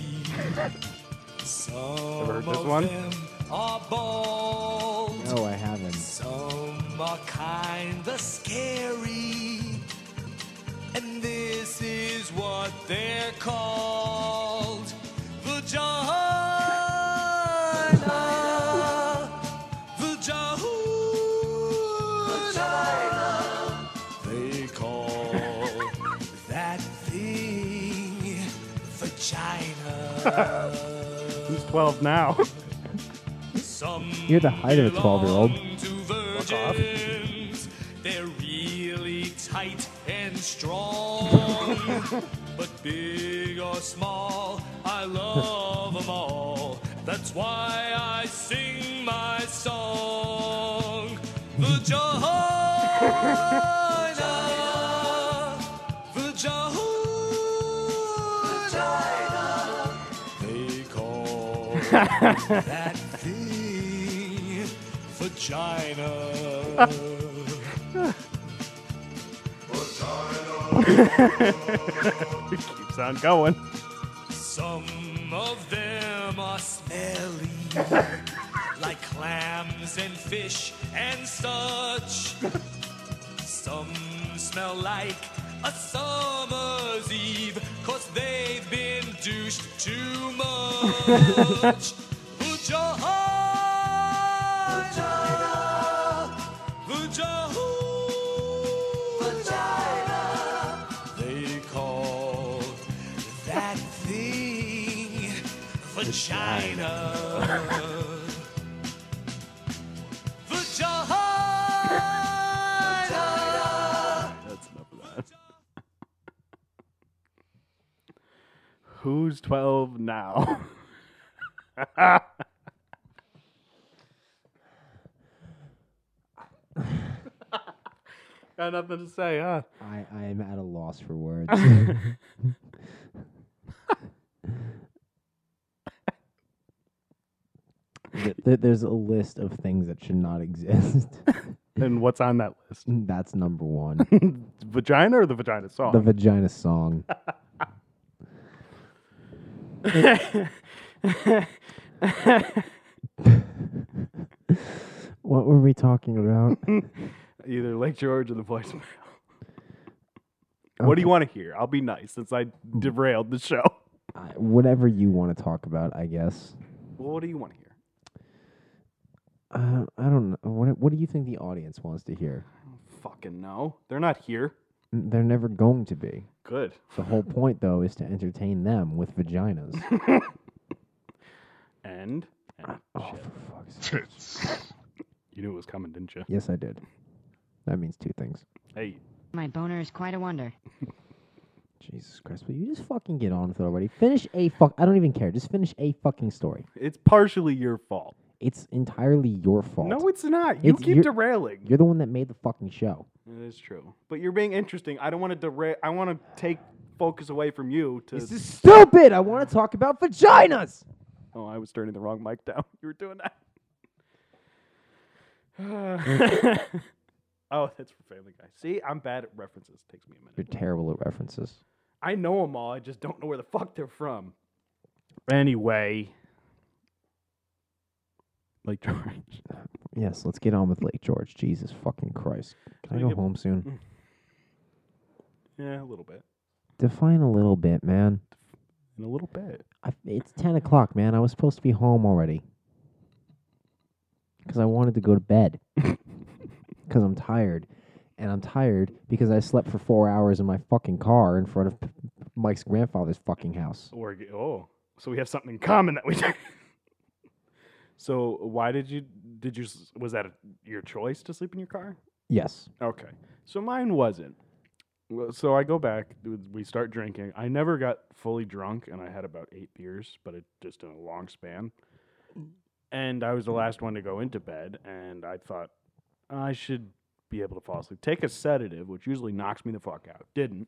Some heard this of one? them are bald. No, I haven't. Some are kinda scary. And this is what they're called. Vagina. Vagina. They call that thing vagina. He's 12 now. Some You're the height of a 12-year-old. belong to virgins, and strong. but big or small, I love them all. That's why I sing my song. Vagina. Vagina. They call that thing vagina. It keeps on going. Some of them are smelly, like clams and fish and such. Some smell like a summer's eve, cause they've been douched too much. Vagina, vagina, vagina. They call that thing vagina. Vagina. That's enough of that. Who's 12 now? Got nothing to say, huh? I, I am at a loss for words. Th- th- There's a list of things that should not exist. And what's on that list? That's number one. Vagina or the vagina song? The vagina song. what were we talking about? Either Lake George or the voicemail. What do you want to hear? I'll be nice since I derailed the show. I, whatever you want to talk about, I guess. What do you want to hear? Uh, I don't know. What, what do you think the audience wants to hear? Fucking no. They're not here. N- They're never going to be. Good. The whole point, though, is to entertain them with vaginas. And, and oh, shit. for fuck's sake. you knew it was coming, didn't you? Yes, I did. That means two things. Hey, My boner is quite a wonder. Jesus Christ, will you just fucking get on with it already? Finish a fuck. I don't even care. Just finish a fucking story. it's partially your fault. It's entirely your fault. No, it's not. You It's keep your- derailing. You're the one that made the fucking show. It is true. But you're being interesting. I don't want to derail. I want to take focus away from you to. This is stupid. I want to talk about vaginas. Oh, I was turning the wrong mic down. You were doing that. oh, that's for Family Guy. See, I'm bad at references. Takes me a minute. You're terrible at references. I know them all. I just don't know where the fuck they're from. Anyway, like George. Yes, let's get on with Lake George. Jesus fucking Christ. Can I we go get- home soon? Yeah, a little bit. Define a little bit, man. In a little bit. I, it's 10 o'clock, man. I was supposed to be home already. Because I wanted to go to bed. Because I'm tired. And I'm tired because I slept for four hours in my fucking car in front of p- p- Mike's grandfather's fucking house. Or g- oh, so we have something in common that we. so why did you did you s- was that a, your choice to sleep in your car? Yes. Okay. So mine wasn't. Well, So I go back, w- we start drinking. I never got fully drunk, and I had about eight beers, but it just in a long span. And I was the last one to go into bed, and I thought I should be able to fall asleep. Take a sedative, which usually knocks me the fuck out. Didn't.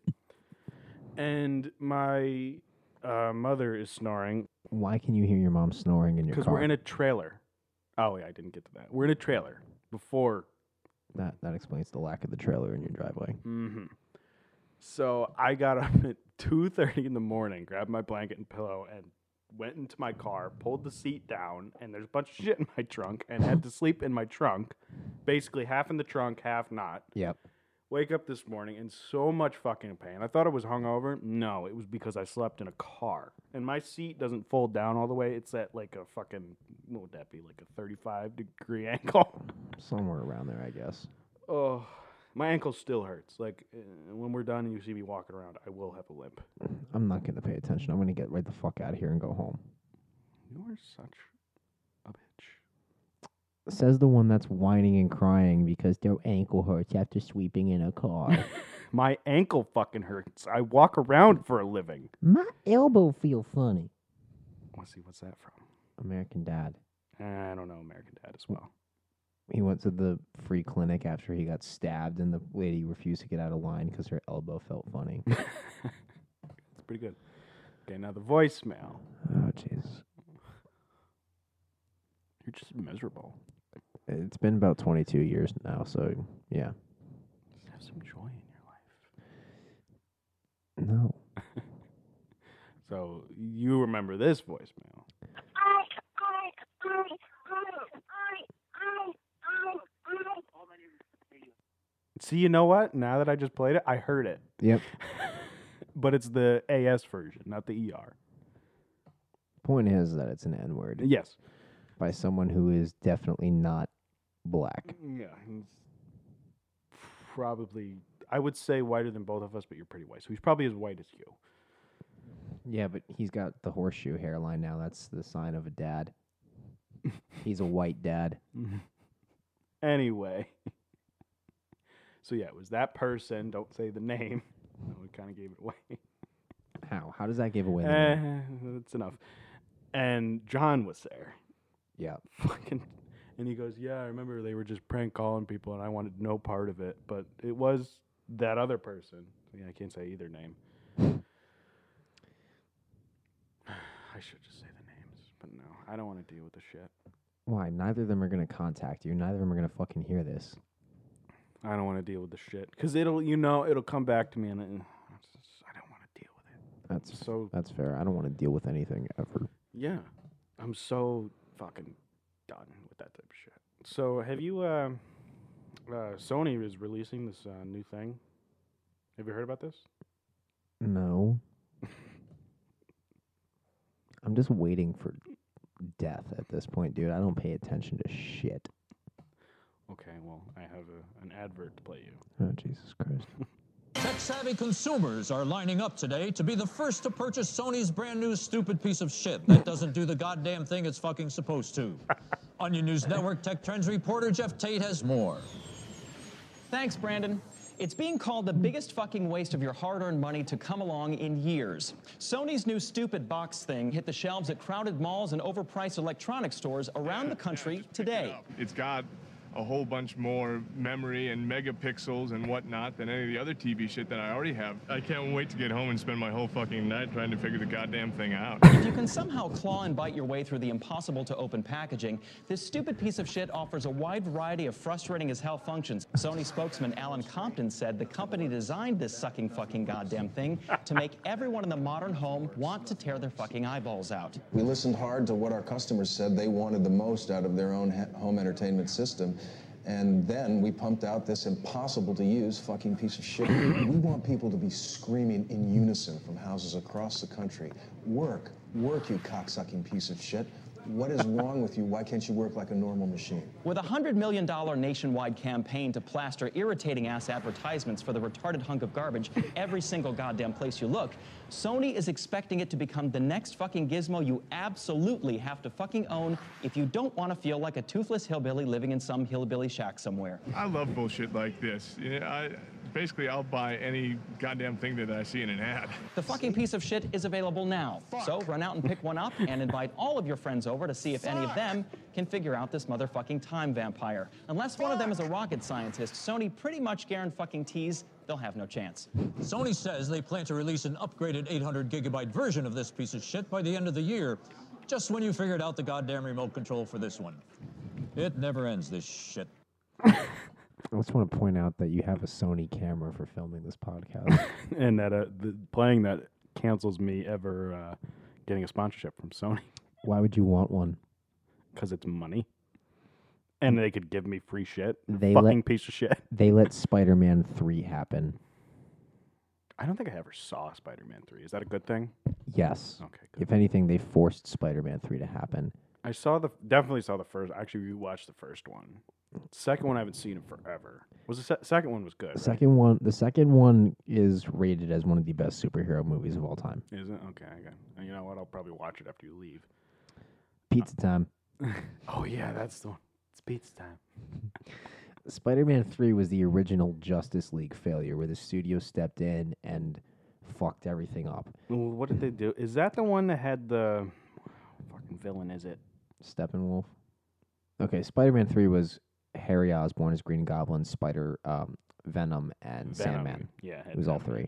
And my uh, mother is snoring Why can you hear your mom snoring in your because car? we're in a trailer. Oh, yeah, I didn't get to that. We're in a trailer before that, that explains the lack of the trailer in your driveway. hmm So I got up at two thirty in the morning, grabbed my blanket and pillow, and went into my car, pulled the seat down, and there's a bunch of shit in my trunk, and had to sleep in my trunk, basically half in the trunk, half not. Yep. Wake up this morning in so much fucking pain. I thought I was hungover. No, it was because I slept in a car, and my seat doesn't fold down all the way. It's at like a fucking what would that be, like a thirty-five degree angle. Somewhere around there, I guess. Oh, my ankle still hurts. Like uh, when we're done and you see me walking around, I will have a limp. I'm not going to pay attention. I'm going to get right the fuck out of here and go home. You are such a bitch. Says the one that's whining and crying because their ankle hurts after sweeping in a car. My ankle fucking hurts. I walk around for a living. My elbow feel funny. Let's see, what's that from? American Dad. I don't know, American Dad as well. He went to the free clinic after he got stabbed, and the lady refused to get out of line because her elbow felt funny. It's pretty good. Okay, now the voicemail. oh, Jesus. You're just miserable. It's been about 22 years now, so yeah. Just have some joy in your life. No. So you remember this voicemail. See, you know what? Now that I just played it, I heard it. Yep. But it's the AS version, not the ER. Point is that it's an N word Yes. by someone who is definitely not black. Yeah. He's probably, I would say whiter than both of us, but you're pretty white. So he's probably as white as you. Yeah, but he's got the horseshoe hairline now. That's the sign of a dad. he's a white dad. Anyway. so yeah, it was that person. Don't say the name. No, we kind of gave it away. How? How does that give away? the name? Eh, that's enough. And John was there. yeah. Fucking. And he goes, Yeah, I remember they were just prank calling people and I wanted no part of it. But it was that other person. I mean, I can't say either name. I should just say the names, but no, I don't want to deal with the shit. Why? Neither of them are gonna contact you. Neither of them are gonna fucking hear this. I don't want to deal with the shit because it'll, you know, it'll come back to me and it, I just- I don't want to deal with it. That's So that's fair. I don't want to deal with anything ever. Yeah. I'm so fucking done with that type of shit. So, have you, uh, uh, Sony is releasing this uh, new thing. Have you heard about this? No. I'm just waiting for death at this point, dude. I don't pay attention to shit. Okay, well, I have a, an advert to play you. Oh Jesus Christ. Tech savvy consumers are lining up today to be the first to purchase Sony's brand new stupid piece of shit that doesn't do the goddamn thing it's fucking supposed to. Onion News Network Tech Trends reporter Jeff Tate has more. Thanks, Brandon. It's being called the biggest fucking waste of your hard earned money to come along in years. Sony's new stupid box thing hit the shelves at crowded malls and overpriced electronics stores around the country today. It's got a whole bunch more memory and megapixels and whatnot than any of the other TV shit that I already have. I can't wait to get home and spend my whole fucking night trying to figure the goddamn thing out. If you can somehow claw and bite your way through the impossible to open packaging, this stupid piece of shit offers a wide variety of frustrating as hell functions. Sony spokesman Alan Compton said the company designed this sucking fucking goddamn thing to make everyone in the modern home want to tear their fucking eyeballs out. We listened hard to what our customers said they wanted the most out of their own he- home entertainment system. And then we pumped out this impossible to use fucking piece of shit. we want people to be screaming in unison from houses across the country Work, work, you cocksucking piece of shit. What is wrong with you? Why can't you work like a normal machine? With a $100 million nationwide campaign to plaster irritating ass advertisements for the retarded hunk of garbage every single goddamn place you look, Sony is expecting it to become the next fucking gizmo you absolutely have to fucking own if you don't want to feel like a toothless hillbilly living in some hillbilly shack somewhere. I love bullshit like this. You know, I basically I'll buy any goddamn thing that I see in an ad. The fucking piece of shit is available now. So run out and pick one up and invite all of your friends over to see if any of them can figure out this motherfucking time vampire. Unless one of them is a rocket scientist, Sony pretty much guarantees they'll have no chance. Sony says they plan to release an upgraded 800 gigabyte version of this piece of shit by the end of the year, just when you figured out the goddamn remote control for this one. It never ends, this shit. I just want to point out that you have a Sony camera for filming this podcast. And that uh, the, playing that cancels me ever uh, getting a sponsorship from Sony Why would you want one? because it's money. And they could give me free shit. They let- fucking piece of shit. They let Spider Man 3 happen. I don't think I ever saw Spider Man 3. Is that a good thing? Yes. Okay, good. If anything, they forced Spider Man 3 to happen. I saw the definitely saw the first. Actually, we watched the first one. Second one I haven't seen in forever. Was the se- second one was good. right? The second one, the second one is rated as one of the best superhero movies of all time. Is it okay? Okay. And you know what? I'll probably watch it after you leave. Pizza time. Oh yeah, that's the one. It's pizza time. Spider-Man 3 was the original Justice League failure where the studio stepped in and fucked everything up. Well, What did they do? Is that the one that had the fucking villain? Is it? Steppenwolf. Okay, Spider-Man 3 was Harry Osborn as Green Goblin, Spider um, Venom and Sandman. Yeah, It was all three.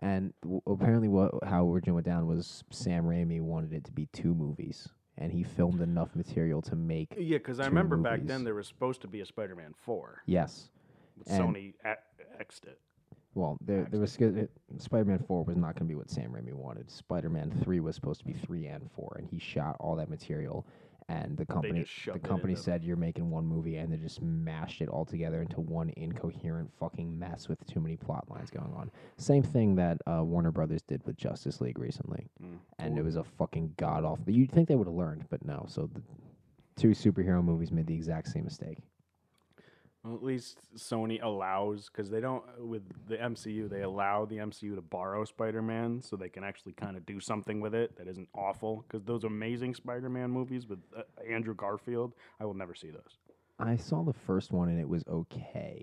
And w- apparently, what how originally went down was Sam Raimi wanted it to be two movies, and he filmed enough material to make. Yeah, because I two remember back movies. then there was supposed to be a Spider-Man four. Yes. but And- Sony a- X'd it. Well, there, there was Spider Man Four was not going to be what Sam Raimi wanted. Spider Man Three was supposed to be three and four, and he shot all that material, and the company just the shoved it company into- said you're making one movie, and they just mashed it all together into one incoherent fucking mess with too many plot lines going on. Same thing that uh, Warner Brothers did with Justice League recently, Mm, and it was a fucking god awful. You'd think they would have learned, but no. So the two superhero movies made the exact same mistake. Well, at least Sony allows because they don't with the MCU. They allow the MCU to borrow Spider-Man so they can actually kind of do something with it that isn't awful. Because those amazing Spider-Man movies with uh, Andrew Garfield, I will never see those. I saw the first one and it was okay.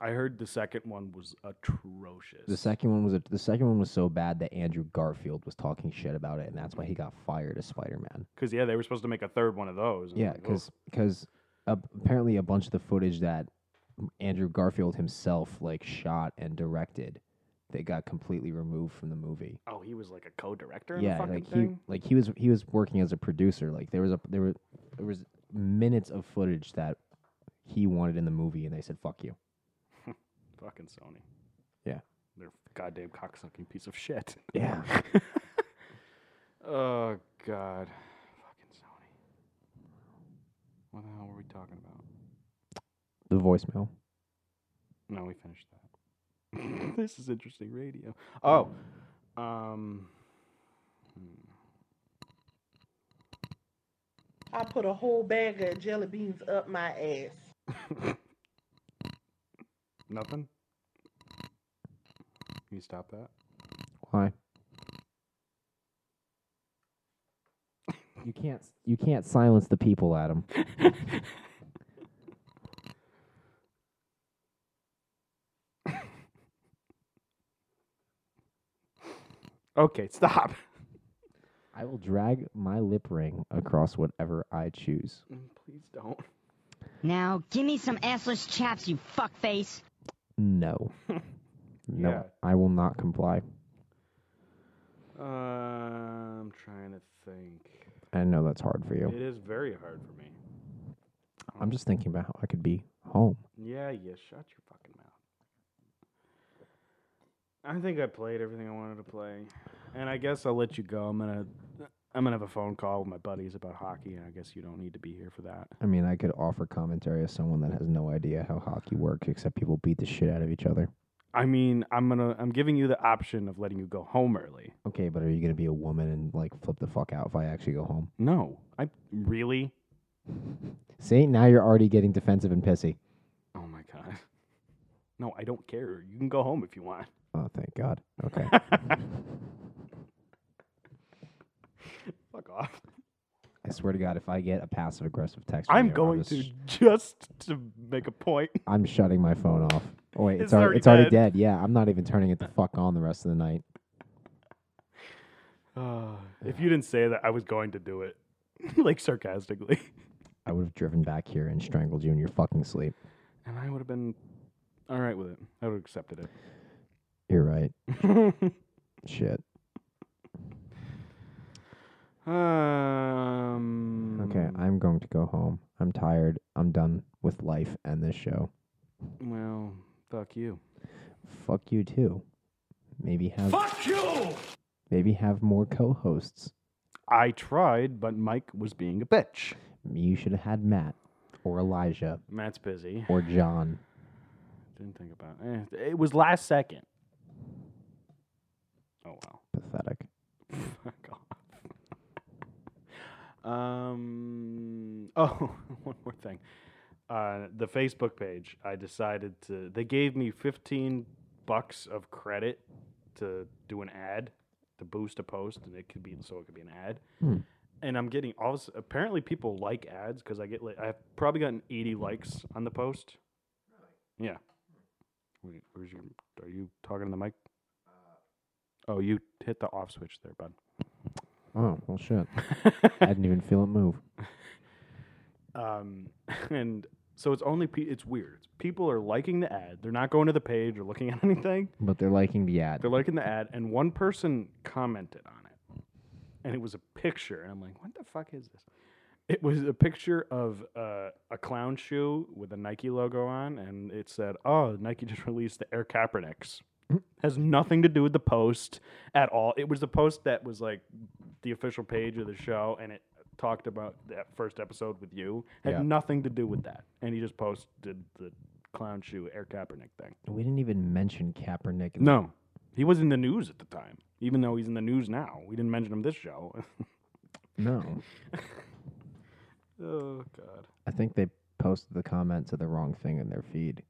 I heard the second one was atrocious. The second one was a, the second one was so bad that Andrew Garfield was talking shit about it, and that's why he got fired as Spider Man. Because yeah, they were supposed to make a third one of those. and I'm Yeah, like, "Oof." because apparently a bunch of the footage that m- Andrew Garfield himself like shot and directed, they got completely removed from the movie. oh, he was like a co-director. In yeah, the fucking like thing? he like he was he was working as a producer. Like there was a there were there was minutes of footage that he wanted in the movie, and they said fuck you. Fucking Sony. Yeah. They're a goddamn cocksucking piece of shit. Yeah. oh god. Fucking Sony. What the hell were we talking about? the voicemail. No, we finished that. this is interesting radio. Oh. Um I put a whole bag of jelly beans up my ass. nothing. Can you stop that? Why? You can't you can't silence the people, Adam. Okay, stop. I will drag my lip ring across whatever I choose. Please don't. Now, give me some assless chaps, you fuckface. No. No, Yeah. I will not comply. Uh, I'm trying to think. I know that's hard for you. It is very hard for me. I'm just thinking about how I could be home. Yeah, yeah, shut your fucking mouth. I think I played everything I wanted to play. And I guess I'll let you go. I'm gonna I'm gonna have a phone call with my buddies about hockey and I guess you don't need to be here for that. I mean, I could offer commentary as someone that has no idea how hockey works except people beat the shit out of each other. I mean, I'm gonna I'm giving you the option of letting you go home early. Okay, but are you going to be a woman and like flip the fuck out if I actually go home? No. I really? See, now you're already getting defensive and pissy. Oh my god. No, I don't care. You can go home if you want. Oh, thank God. Okay. Fuck off. I swear to God, if I get a passive aggressive text, from I'm you, going to just- just to make a point. I'm shutting my phone off. Oh wait, it's, It's already, already it's already dead. dead. Yeah, I'm not even turning it the fuck on the rest of the night. if you didn't say that, I was going to do it. like sarcastically. I would have driven back here and strangled you in your fucking sleep. And I would have been all right with it. I would have accepted it. You're right. Shit. Um, Okay, I'm going to go home. I'm tired. I'm done with life and this show. Well, fuck you. Fuck you too. Maybe have Fuck you! maybe have more co-hosts. I tried, but Mike was being a bitch. You should have had Matt or Elijah Matt's busy. or John. Didn't think about it. Eh, It was last second. Oh, well. Pathetic. Fuck off. um. Oh, one more thing. Uh, the Facebook page. I decided to. They gave me fifteen bucks of credit to do an ad, to boost a post, and it could be so it could be an ad. And I'm getting all. This, apparently, people like ads because I get. Like, I've probably gotten eighty likes on the post Yeah. Wait, where's your? Are you talking to the mic? Oh, you hit the off switch there, bud. Oh well, shit. I didn't even feel it move. Um, and so it's only pe- it's weird. It's- People are liking the ad. They're not going to the page or looking at anything. But they're liking the ad. They're liking the ad, and one person commented on it, and it was a picture, and I'm like, what the fuck is this? It was a picture of uh, a clown shoe with a Nike logo on, and it said, "Oh, Nike just released the Air Kaepernicks." Has nothing to do with the post at all. It was the post that was like the official page of the show, and it talked about that first episode with you. Had Yeah. nothing to do with that, and he just posted the clown shoe Air Kaepernick thing. We didn't even mention Kaepernick. in the- No, he was in the news at the time. Even though he's in the news now, we didn't mention him this show. No. oh God, I think they posted the comment to the wrong thing in their feed.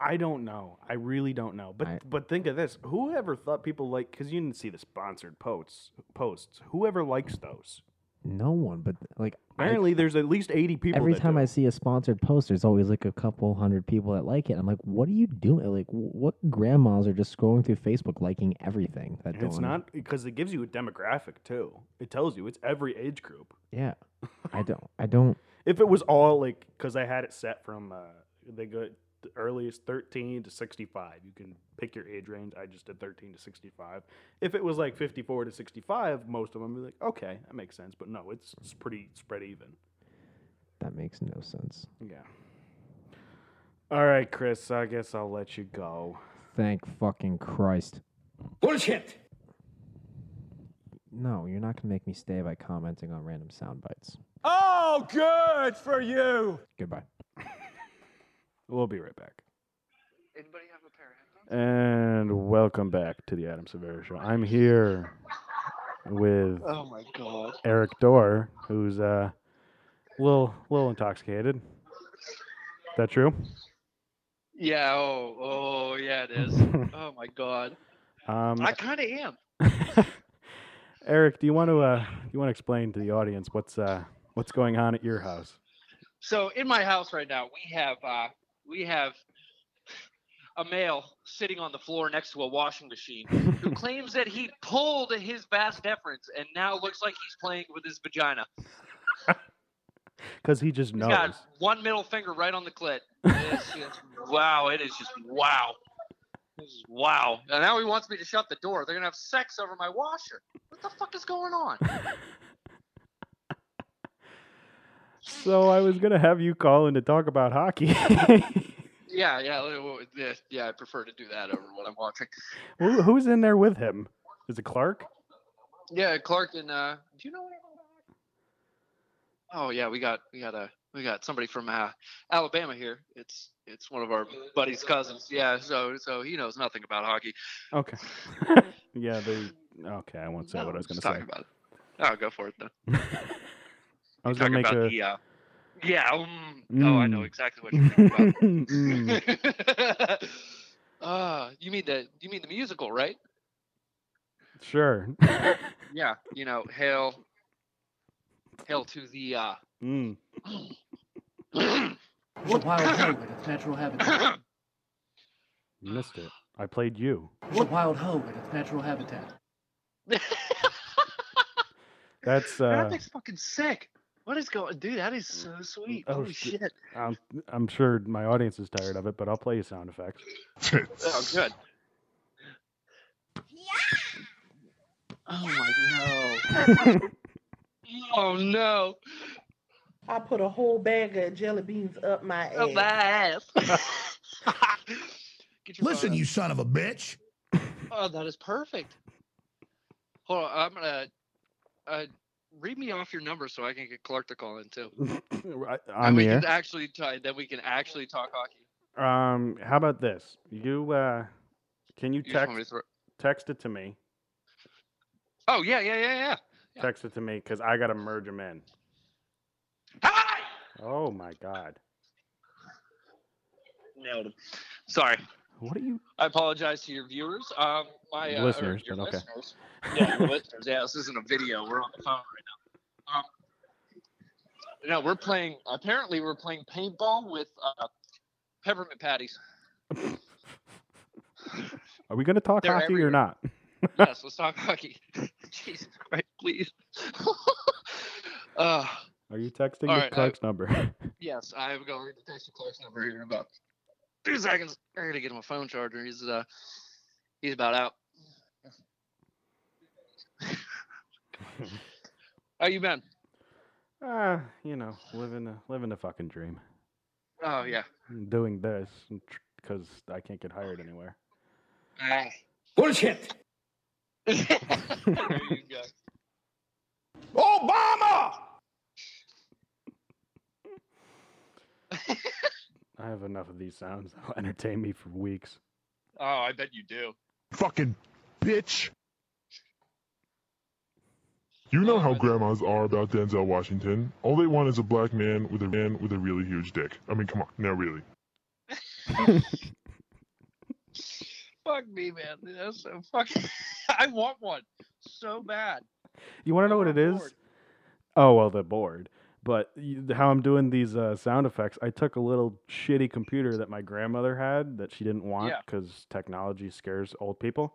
I don't know. I really don't know. But I- but think of this: whoever thought people like because you didn't see the sponsored posts posts. Whoever likes those. No one, but like I- Apparently, there's at least eighty people. every that time do. I see a sponsored post, there's always like a couple hundred people that like it. I'm like, what are you doing? Like, wh- what grandmas are just scrolling through Facebook liking everything? That And it's don't- not because it gives you a demographic too. It tells you it's every age group. Yeah, I don't. I don't. If it was all like, because I had it set from uh, they go the earliest 13 to 65. You can pick your age range. I just did 13 to 65. If it was like 54 to 65, most of them would be like, okay, that makes sense. But no, it's, it's pretty spread even. That makes no sense. Yeah. All right, Chris. I guess I'll let you go. Thank fucking Christ. Bullshit. No, you're not gonna make me stay by commenting on random sound bites. Oh, good for you. Goodbye. We'll be right back. Anybody have a pair? And welcome back to the Adam Severa Show. I'm here with Oh my God. Eric Dorr, who's uh, a little, little intoxicated. Is that true? Yeah. Oh, oh, yeah, it is. oh my God. Um, I kind of am. Eric, do you want to uh, you want to explain to the audience what's uh, what's going on at your house? So in my house right now, we have uh, we have a male sitting on the floor next to a washing machine who claims that he pulled his bass deferens and now looks like he's playing with his vagina. Because he just He's knows. got one middle finger right on the clit. It's, it's, wow, it is just wow. This is wow. And now he wants me to shut the door. They're gonna have sex over my washer. What the fuck is going on? So I was gonna have you call in to talk about hockey. Yeah, yeah, li- well, yeah, yeah. I prefer to do that over what I'm watching. Who, who's in there with him? Is it Clark? Yeah, Clark and uh, do you know? anyone about- Oh yeah, we got we got a we got somebody from uh, Alabama here. It's it's one of our buddies' cousins. Yeah, so so he knows nothing about hockey. Okay. yeah, they. Okay, I won't say what I was gonna Just say. talking about it. Oh, go for it then. I was Talking gonna make about a. the. Uh, yeah. Um, Oh, I know Mm. exactly what you're thinking Mm. about. uh, you mean the you mean the musical, right? Sure. Yeah. You know, hail, hail to the. Uh, Mm. It's a wild hope in its natural habitat. You missed it. I played you. It's a wild hope in its natural habitat. That's uh, that thing's fucking sick. What is going, dude? That is so sweet. Oh, Holy shit. shit! I'm, I'm sure my audience is tired of it, but I'll play you sound effects. Oh, good. Oh my no! oh no! I put a whole bag of jelly beans up my ass. Up my ass. Listen, you son of a bitch. Oh, that is perfect. Hold on, I'm gonna uh, read me off your number so I can get Clark to call in too. Right, And On we the air. can actually t- then we can actually talk hockey. Um, how about this? You uh, can you You just want me text to throw- text it to me? Oh yeah, yeah, yeah, yeah. Text it to me because I gotta merge them in. Oh my god! Nailed him. Sorry. What are you? I apologize to your viewers. Um, my uh, or Listeners, your but okay. listeners. Yeah, your listeners. Yeah, this isn't a video. We're on the phone right now. Um, no, we're playing. Apparently, we're playing paintball with uh, peppermint patties. Are we going to talk They're hockey or not? yes, let's talk hockey. Jesus Christ, please. uh, Are you texting All with right, I- Clark's number? yes, I'm going to text you Clark's number here in about two seconds. I gotta get him a phone charger. He's uh, he's about out. How you been? Ah, you know, living a living a fucking dream. Oh yeah. I'm doing this because I can't get hired anywhere. Ah. Bullshit. there you go. Obama! I have enough of these sounds that'll entertain me for weeks. Oh, I bet you do. Fucking bitch. You know how grandmas are about Denzel Washington. All they want is a black man with a man with a really huge dick. I mean, come on, now really. Fuck me, man. That's so fucking. I want one so bad. You want to know what it is? Oh well, the board. But you, how I'm doing these uh, sound effects, I took a little shitty computer that my grandmother had that she didn't want Yeah. because technology scares old people.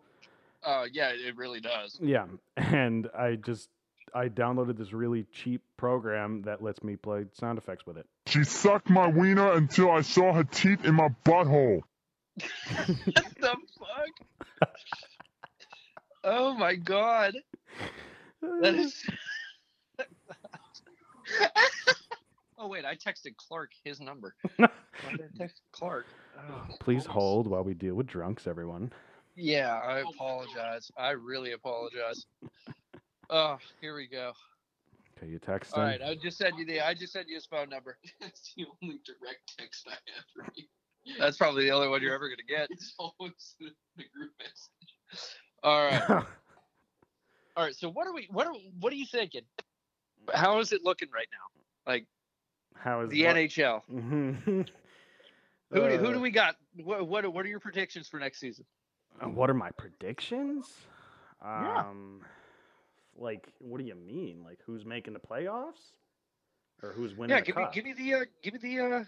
Uh, yeah, it really does. Yeah, and I just I downloaded this really cheap program that lets me play sound effects with it. She sucked my wiener until I saw her teeth in my butthole. what the fuck? oh my god. That is. oh wait, I texted Clark his number. Why did I text Clark. Oh, Please hold while we deal with drunks, everyone. yeah, I apologize. I really apologize. Oh, here we go. Okay, you text All him. right, I just sent you the. I just sent you his phone number. That's the only direct text I have from you. That's probably the only one you're ever gonna get. It's always the, the group message. All right. All right. So what are we? What are What are you thinking? How is it looking right now? Like How is the what- NHL? Mhm. Who do, Who Uh, do we got? What, what are- What are your predictions for next season? Uh, What are my predictions? Yeah. Um, like, what do you mean? Like, who's making the playoffs? Or who's winning yeah. the Give cup? me Give me the. Uh, give me the. Uh,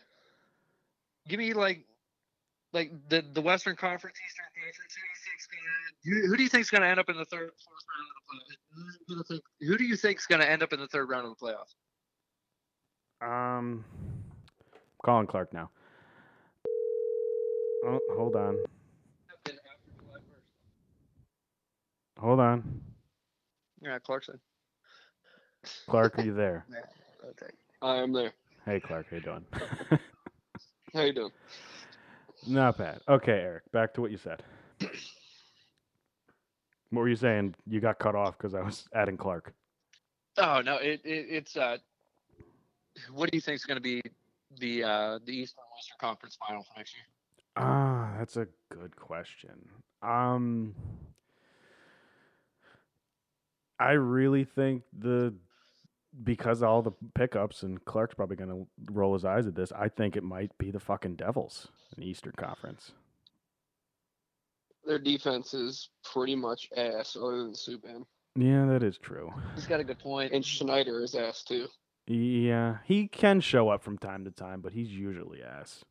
give me like. Like the the Western Conference, Eastern Conference. Who do you think's gonna- You- Who do you think's going to end up in the third, fourth round of the playoffs? Who do you think- Who do you think's going to end up in the third round of the playoffs? Um, Colin Clark now. Oh, hold on. Hold on. Yeah, Clarkson. Clark, are you there? Yeah, okay. I am there. Hey, Clark, how you doing? How you doing? Not bad. Okay, Eric, back to what you said. What were you saying? You got cut off because I was adding Clark. Oh no, it, it it's uh. What do you think's going to be the uh the Eastern Western Conference final for next year? Ah, that's a good question. Um, I really think the because all the pickups and Clark's probably going to roll his eyes at this. I think it might be the fucking Devils in the Eastern Conference. Their defense is pretty much ass, other than Subban. Yeah, that is true. He's got a good point. And Schneider is ass too. Yeah, he can show up from time to time, but he's usually ass.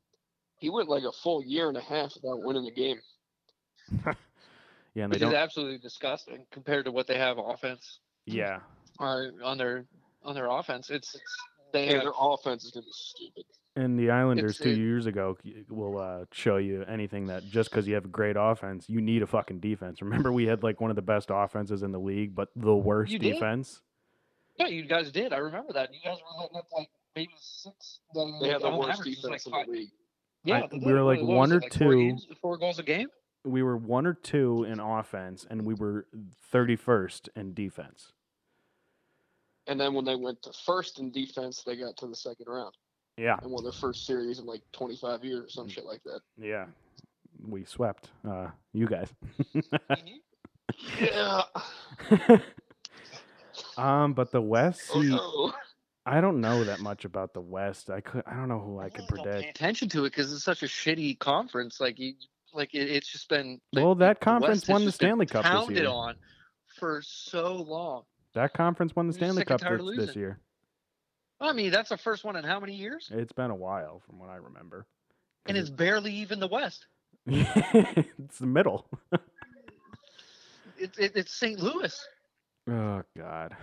He went like a full year and a half without winning a game, Yeah, and they which is don't. absolutely disgusting compared to what they have offense Yeah, or on their on their offense. It's, it's they have, their offense is gonna be stupid. and the Islanders It's- two it- years ago c- will uh, show you anything that just because you have great offense, you need a fucking defense. Remember, we had like one of the best offenses in the league, but the worst You did? defense. Yeah, you guys did. I remember that. You guys were letting up like maybe six. They had the on worst average, it was, defense in like, the league. I- Yeah, they we did. were like What was one it, or four two. games- four goals a game. We were one or two in offense, and we were thirty first in defense. And then when they went to first in defense, they got to the second round Yeah, won their first series in like 25 years or some shit like that. yeah, we swept uh, you guys. Yeah. um, but the West, Oh, see, no. I don't know that much about the West. I could, I don't know who I could predict. Pay attention to it because it's such a shitty conference. Like you, like it, it's just been. Well, that the West conference has won the just been Stanley Cup this pounded year. on for so long. That conference won the just Stanley sick and Cup tired of this, this losing. year. I mean, that's the first one in how many years? It's been a while from what I remember. and it's barely even the West. it's the middle. It's it, it's St. Louis. Oh God.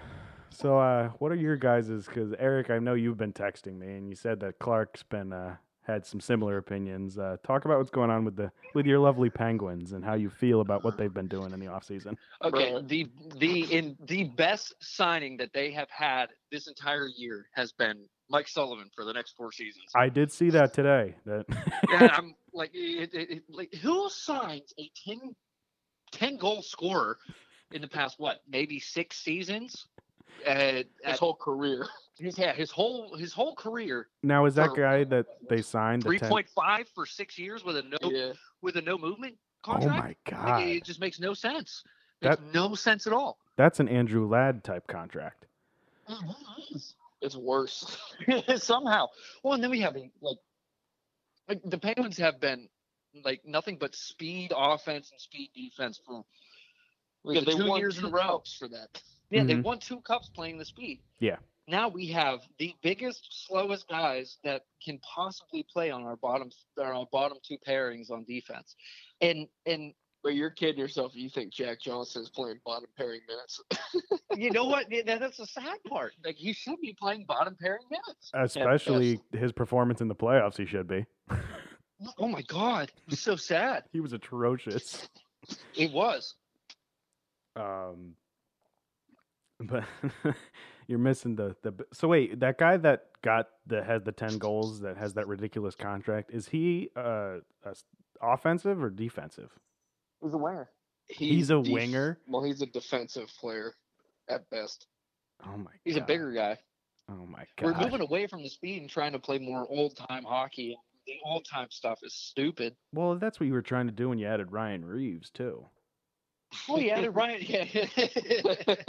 So uh, what are your guys's? Because Eric, I know you've been texting me, and you said that Clark's been uh, had some similar opinions. Uh, talk about what's going on with the with your lovely Penguins and how you feel about what they've been doing in the off season. Okay, the the in the best signing that they have had this entire year has been Mike Sullivan for the next four seasons. I did see that today. That and I'm like, it, it, it- like who signs a 10, 10 goal scorer in the past what maybe six seasons? At, his whole career. His, yeah, his whole his whole career. now is that for guy that they signed the three 10 point five for six years with a no with a no movement Oh contract? my Like, God, it just makes no sense. Makes That- no sense at all. that's an Andrew Ladd type contract. It's worse somehow. Well, and then we have like, like the Penguins have been like nothing but speed offense and speed defense for Yeah, the they two won years in a two row for that. Yeah, they Mhm. won two cups playing the speed. Yeah. Now we have the biggest, slowest guys that can possibly play on our bottom, our bottom two pairings on defense, and and But you're kidding yourself. if You think Jack Johnson's playing bottom pairing minutes? you know what? Yeah, that- That's the sad part. Like he should be playing bottom pairing minutes. Especially his performance in the playoffs, he should be. Oh my god, it was so sad. he was atrocious. It was. Um, but you're missing the the. b- So wait, that guy that got that has the ten goals that has that ridiculous contract is he uh, uh s- offensive or defensive? He's a winger. He's a winger? Well, he's a defensive player at best. Oh my. He's a bigger guy. Oh my We're god. moving away from the speed and trying to play more old time hockey. The old time stuff is stupid. Well, that's what you were trying to do when you added Ryan Reeves too. Oh yeah, right. Yeah. Clark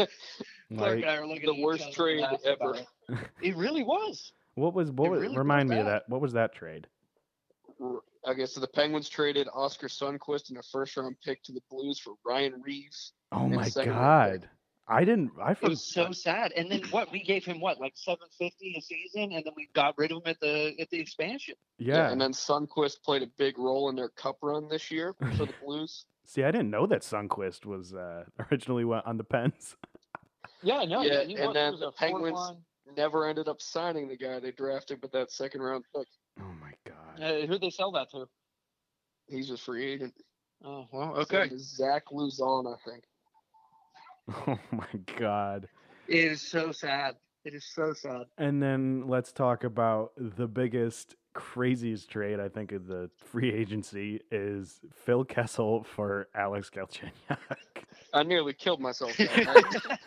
Like- and I were looking The at each worst other and trade laughing about ever. It. It really was. What was what It was, really was remind me of bad. that? What was that trade? R- Okay, so the Penguins traded Oscar Sundquist and a first round pick to the Blues for Ryan Reeves. Oh and a my second round pick. god. I didn't. I It forgot. was so sad. And then what? We gave him what, like seven fifty a season, and then we got rid of him at the at the expansion. Yeah. And then Sunquist played a big role in their cup run this year for the Blues. See, I didn't know that Sunquist was uh, originally wa- on the Pens. Yeah, no. yeah, he and was- then was the a fourth Penguins line- never ended up signing the guy they drafted with that second round pick. Oh Uh, who'd they sell that to? He's a free agent. Oh well, Same okay. as Zach Luzon, I think. Oh my god. It is so sad. It is so sad. And then let's talk about the biggest, craziest trade I think of the free agency is Phil Kessel for Alex Galchenyuk. I nearly killed myself. That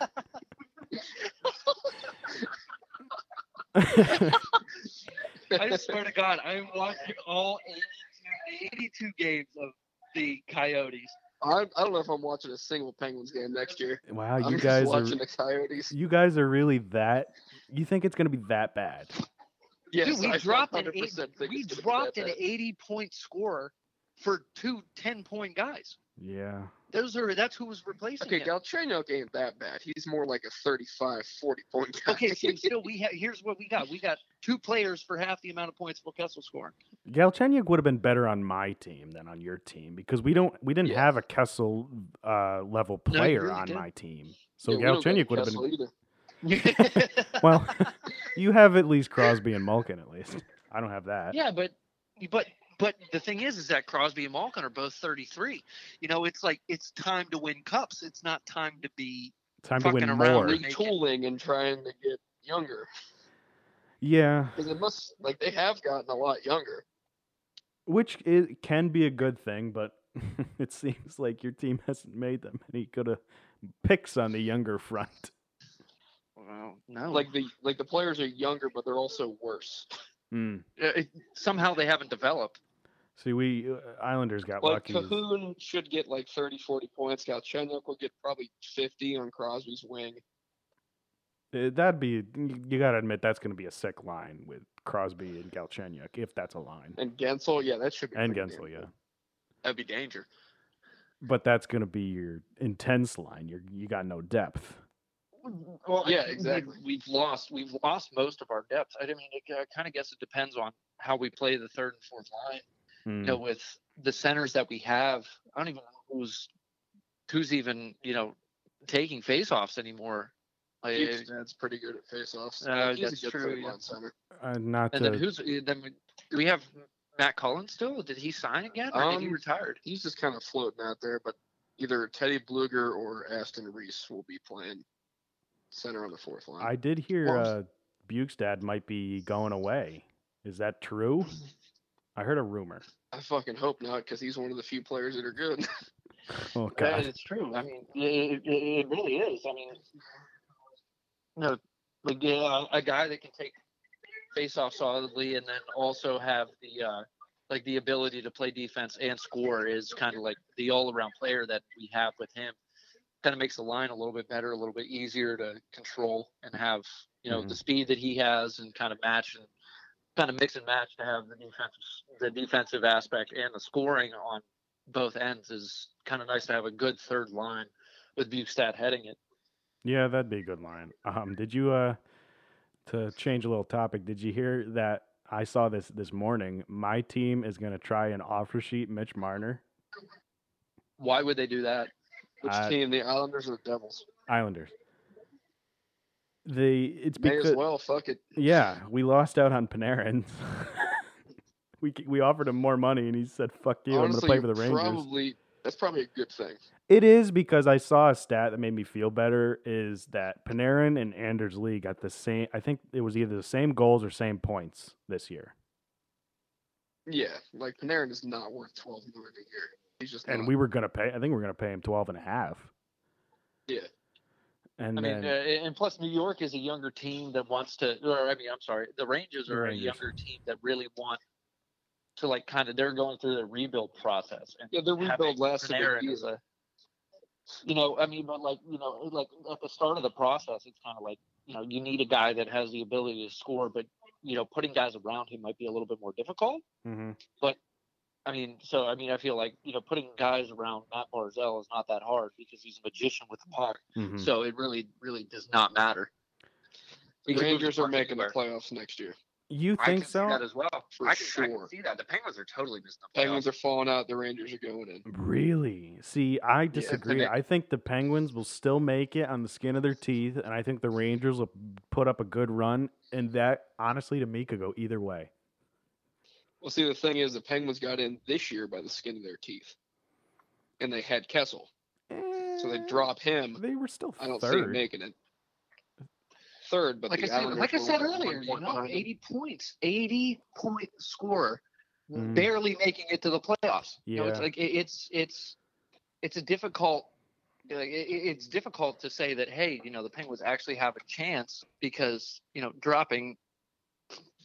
night. I swear to God, I'm watching all 82, 82 games of the Coyotes. I, I don't know if I'm watching a single Penguins game next year. Wow, I'm you just guys are watching the Coyotes. you guys are really that. You think it's gonna be that bad? Yes, Dude, we I dropped an 100% eight, think we it's gonna be dropped that an bad. 80 point scorer for two 10 point guys. Yeah. Those are that's who was replacing Okay, him. Galchenyuk ain't that bad. He's more like a 35, 40 point guy. Okay, so still we have here's what we got. We got two players for half the amount of points Phil Kessel scoring. Galchenyuk would have been better on my team than on your team because we don't we didn't have a Kessel uh, level you player really on didn't. my team. So Yeah, we don't get Galchenyuk would have been Kessel either. well. you have at least Crosby and Malkin at least. I don't have that. Yeah, but but but the thing is is that Crosby and Malkin are both 33. You know, it's like it's time to win cups. It's not time to be Time to win fucking more. around. retooling and trying to get younger Yeah, because it must like they have gotten a lot younger. which is, can be a good thing, but it seems like your team hasn't made that many good uh, picks on the younger front. no. Like the like the players are younger, but they're also worse. Mm. Uh, it- somehow they haven't developed. See, we uh, Islanders got Like lucky. as- Cahoon should get like 30, 40 points. Galchenyuk will get probably 50 on Crosby's wing. Uh, That'd be you, you gotta admit that's gonna be a sick line with Crosby and Galchenyuk if that's a line And Gensel, yeah, that should be and pretty damn Gensel, yeah. good. That'd be danger. But that's gonna be your intense line. You you got no depth. Well, Yeah, we- exactly. We've lost. We've lost most of our depth. I mean, it, I kind of guess it depends on how we play the third and fourth line. you know, with the centers that we have, I don't even know who's who's even you know taking faceoffs anymore. Like, Keith's it- dad's pretty good at faceoffs. Uh, He's that's a good true, third yeah. line center. Uh, not and then to- who's eh, then we- do we have Matt Cullen still? Did he sign again? Or did he Um, retired? He's just kind of floating out there, but either Teddy Bluger or Aston Reese will be playing center on the fourth line. I did hear Well, uh, Bukestad might be going away. Is that true? I heard a rumor. I fucking hope not, because he's one of the few players that are good. Oh God. it's true. I mean, it, it, it really is. I mean, no, like yeah, a guy that can take face off solidly and then also have the uh, like the ability to play defense and score is kind of like the all around player that we have with him. Kind of makes the line a little bit better, a little bit easier to control and have you know the Mhm. speed that he has and kind of match and kind of mix and match to have the defense the defensive aspect and the scoring on both ends is kind of nice to have a good third line with Bukestad heading it. Yeah, that'd be a good line. Um, did you uh, to change a little topic? Did you hear that? I saw this this morning. My team is gonna try and offer sheet Mitch Marner Why would they do that? Which I- team, the Islanders or the Devils? Islanders. The it's May because as well. Fuck it. yeah we lost out on Panarin. we c- we offered him more money and he said fuck you. Honestly, I'm gonna play for the Rangers. probably that's probably a good thing. It is because I saw a stat that made me feel better is that Panarin and Anders Lee got the same I think it was either the same goals or same points this year. Yeah, like Panarin is not worth twelve million a year. He's just And not. we were going to pay I think we we're going to pay him 12 and a half. yeah. And I then mean, uh, and plus New York is a younger team that wants to. Or I mean, I'm sorry, the Rangers The are Rangers. a younger team that really want to like kind of. They're going through the rebuild process. And Yeah, their having rebuild lasted a Panarin year. is a- You know, I mean, but like you know, like at the start of the process, it's kind of like you know, you need a guy that has the ability to score, but you know, putting guys around him might be a little bit more difficult. mhm. I mean, so I mean, I feel like you know, putting guys around Matt Barzell is not that hard because he's a magician with the puck. Mhm. So it really, really does not matter. The Because Rangers are Mark making the Anywhere. playoffs next year. You I think can see so? that as well. For I can, I sure. can see that. The Penguins are totally missing the playoffs. Penguins are falling out. The Rangers are going in. Really? See, I disagree. Panarin- I think the Penguins will still make it on the skin of their teeth and I think the Rangers will put up a good run and that honestly to me could go either way. Well, see, the thing is, the Penguins got in this year by the skin of their teeth, and they had Kessel, so they drop him. Eh, They were still I don't see him third. making it. Third, but like I the said, Islanders like I were said one earlier, you point know, behind them. 80 points, 80 point scorer, Mhm. barely making it to the playoffs. You know, it's Yeah. like it, it's it's it's a difficult. Like, it, it- it's difficult to say that hey, you know, the Penguins actually have a chance because you know dropping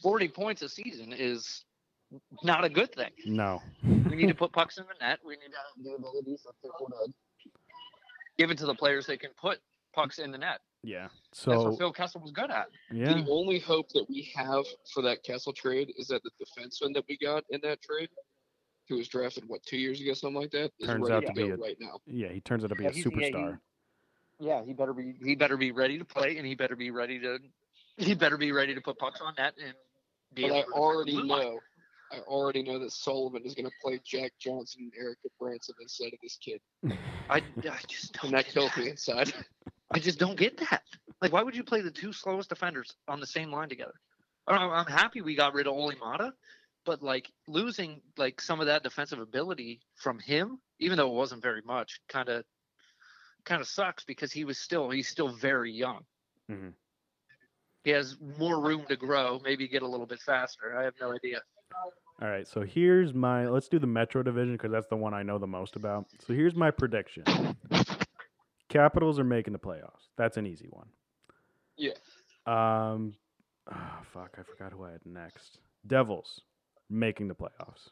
40 points a season is not a good thing. No. We need to put pucks in the net. We need to have the ability to pick one up. give it to the players that can put pucks in the net. Yeah. That's what So Phil Kessel was good at. yeah. The only hope that we have for that Kessel trade is that the defenseman that we got in that trade, who was drafted what two years ago, something like that, is Turns ready out to go be a- right now. Yeah, he turns out to be Yeah, a he's- yeah, he- superstar. Yeah, he better be he better be ready to play and he better be ready to he better be ready to put pucks on net and be able But I to defend the already blue line. know, I already know that Sullivan is going to play Jack Johnson and Erica Branson instead of this kid, I, I just don't and that get kills that. me inside. I just don't get that. Like why would you play the two slowest defenders on the same line together? I don't know, I'm happy we got rid of Olimata, but like losing like some of that defensive ability from him, even though it wasn't very much, kind of kind of sucks because he was still he's still very young. Mhm. He has more room to grow, maybe get a little bit faster. I have no idea. All right, so here's my let's do the Metro division because that's the one I know the most about. So here's my prediction. Capitals are making the playoffs. That's an easy one. Yeah. Um ah, fuck, I forgot who I had next. Devils making the playoffs.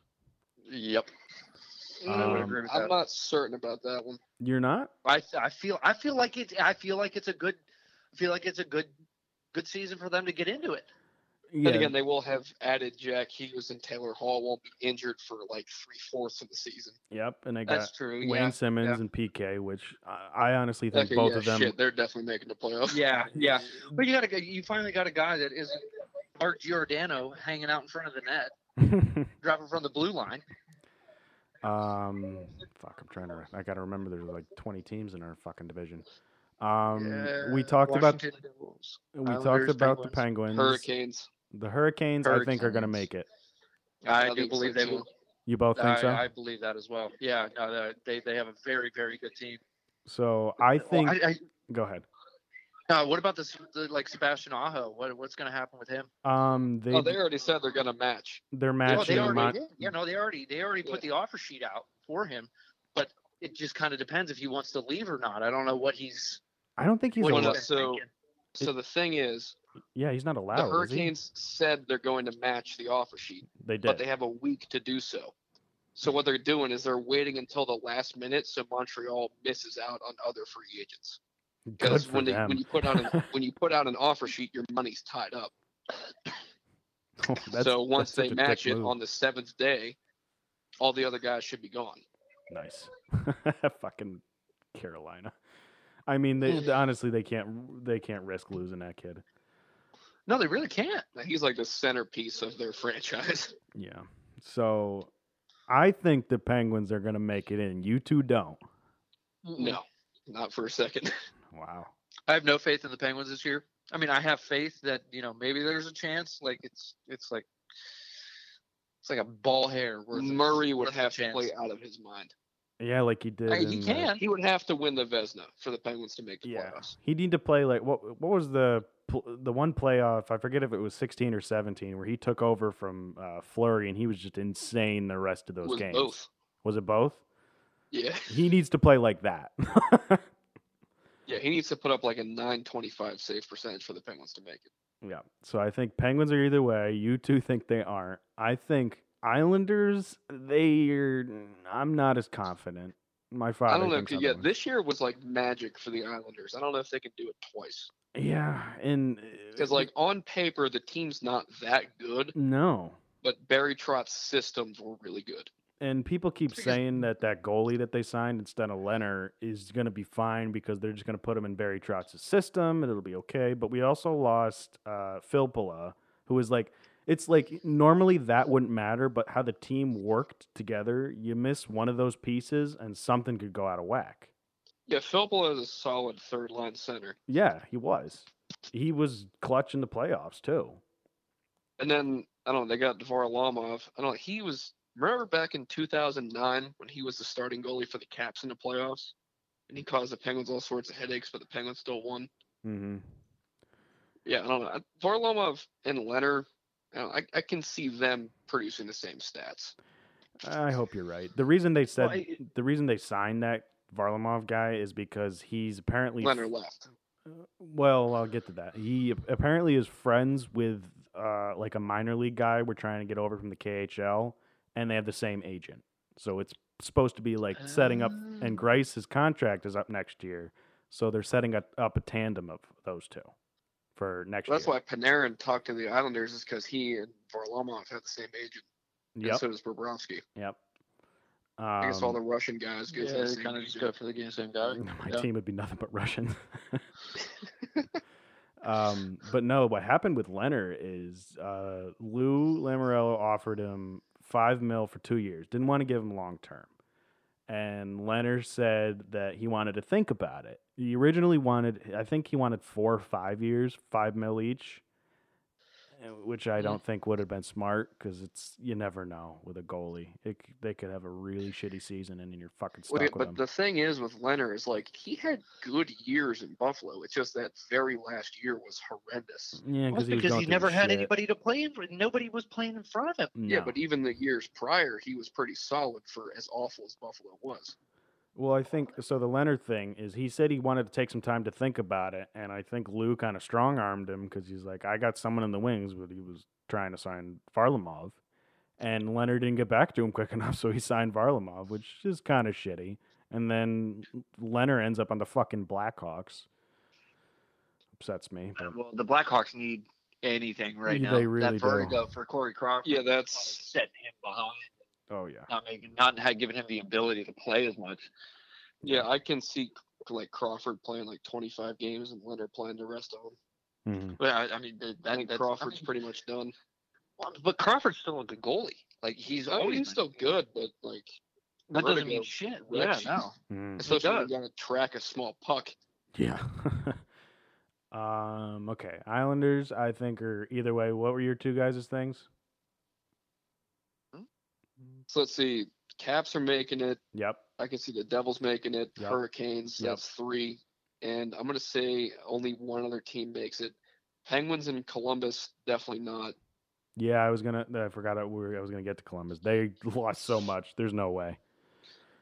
Yep. I would agree with I'm that. not certain about that one. You're not? I I feel I feel like it's I feel like it's a good I feel like it's a good good season for them to get into it. Yeah. And again, they will have added Jack Hughes and Taylor Hall won't be injured for like three fourths of the season. yep, and they got That's true. Uh, Wayne yeah. Simmons yeah. and PK, which I, I honestly think Okay, both yeah, of them shit, they're definitely making the playoffs. Yeah, yeah. But you got a guy- you finally got a guy that isn't Mark Giordano hanging out in front of the net, dropping from the blue line. Um, fuck, I'm trying to. re- I got to remember there's like 20 teams in our fucking division. Um, we Yeah, talked Uh, Washington Devils, about we talked Islanders, about the Penguins, Hurricanes. The Hurricanes, I think, are going to make it. I, do believe they will. You both think I, so? I believe that as well. Yeah, no, they- they they have a very very good team. So I Well, think. I- I- go ahead. Now, what about this the, like Sebastian Aho? What what's going to happen with him? Um, they, oh, they already said they're going to match. they're No, matching. they already Mon- did. Yeah, no, they already they already put the offer sheet out for him, but it just kind of depends if he wants to leave or not. I don't know what he's. I don't think he's what allowed. he's been thinking. so the thing is, Yeah, he's not allowed. the is he? Hurricanes said they're going to match the offer sheet. They But did. they have a week to do so. So what they're doing is they're waiting until the last minute so Montreal misses out on other free agents. Good Because for when, they- them. when you put out an when you put out an offer sheet, your money's tied up. Oh, That's- so once that's such they a dick match it move. on the seventh day, all the other guys should be gone. Nice. Fucking Carolina. I mean, they honestly they can't they can't risk losing that kid. No, they really can't. He's like the centerpiece of their franchise. Yeah. So I think the Penguins are going to make it in. You two don't. No, not for a second. Wow. I have no faith in the Penguins this year. I mean, I have faith that you know maybe there's a chance. Like it's it's like it's like a ball hair. Worth Murray would have to play out of his mind. Yeah, like he did. he in the- can. He would have to win the Vesna for the Penguins to make the playoffs. He need to play like what what was the pl- the one playoff? I forget if it was 16 or 17 where he took over from uh, Flurry and he was just insane the rest of those Was games. both. Was it both? Yeah, He needs to play like that. yeah. He needs to put up like a 925 save percentage for the Penguins to make it. Yeah. So I think Penguins are either way. You two think they aren't. I think Islanders, they're. I'm not as confident. My father. I don't know. If, thinks yeah, otherwise. this year was like magic for the Islanders. I don't know if they can do it twice. Yeah. And uh, Because like on paper, the team's not that good, no. but Barry Trotz's systems were really good. And people keep saying that that goalie that they signed instead of Leonard is going to be fine because they're just going to put him in Barry Trotz's system and it'll be okay. But we also lost uh, Philpola, who is like, it's like normally that wouldn't matter, but how the team worked together, you miss one of those pieces and something could go out of whack. Yeah, Philpola is a solid third line center. Yeah, he was. He was clutch in the playoffs too. And then I don't know, they got Varlamov. I don't he was remember back in 2009 when he was the starting goalie for the Caps in the playoffs and he caused the Penguins all sorts of headaches, but the Penguins still won. Mm-hmm. Yeah, I don't know. Varlamov and Leonard, I, don't- I, I can see them producing the same stats. I hope you're right. The reason they said Well, it- the reason they signed that Varlamov guy is because he's apparently Leonard left. Well, I'll get to that. He ap- apparently is friends with uh, like a minor league guy. We're trying to get over from the KHL, and they have the same agent. So it's supposed to be like setting up. Ah. And Grice's contract is up next year, so they're setting up, up a tandem of those two for next That's year. why Panarin talked to the Islanders is because he and Varlamov have the same agent. Yep. And so does Bobrovsky. Yep. I guess all the Um, Russian guys go Yeah, for the they same kinda agent. just go for the same guy. my Yeah. team would be nothing but Russians. um, but no, what happened with Leonard is uh, Lou Lamorello offered him five mil for two years. Didn't want to give him long term, and Leonard said that he wanted to think about it. He originally wanted, I think he wanted four or five years, five mil each. uh, Which I don't think would have been smart because it's you never know with a goalie. It, c- they could have a really shitty season and then you're fucking stuck Well, yeah, with but him. the thing is with Leonard is like he had good years in Buffalo. It's just that very last year was horrendous. Yeah, Well, 'cause he was because going he through never had shit. anybody to play in. for- Nobody was playing in front of him. Yeah, No. but even the years prior, he was pretty solid for as awful as Buffalo was. Well, I think so. The Leonard thing is he said he wanted to take some time to think about it, and I think Lou kind of strong armed him because he's like, I got someone in the wings, but he was trying to sign Varlamov, and Leonard didn't get back to him quick enough, so he signed Varlamov, which is kind of shitty. And then Leonard ends up on the fucking Blackhawks. Upsets me. But Well, the Blackhawks need anything right Yeah, now. they really do. that vertigo for Corey Crawford. Yeah, that's setting him behind. oh yeah, Not making, not ha- giving him the ability to play as much. Yeah, I can see like Crawford playing like 25 games and Leonard playing the rest of them. Well, I- I mean, that, I that, think that's, Crawford's pretty much done. but Crawford's still a good goalie. Like he's I mean, always Oh, he's been still good, but like That doesn't vertigo mean shit. wrecks Yeah, you. no. mm-hmm. Mm. Especially It when you're gonna track a small puck. Yeah. um. Okay. Islanders. I think are either way. What were your two guys' things? So let's see. Caps are making it. Yep. I can see the Devils making it. Yep. Hurricanes. Yep. That's three. And I'm gonna say only one other team makes it. Penguins and Columbus definitely not. Yeah, I was gonna. I forgot I, we were, I was gonna get to Columbus. They lost so much. There's no way.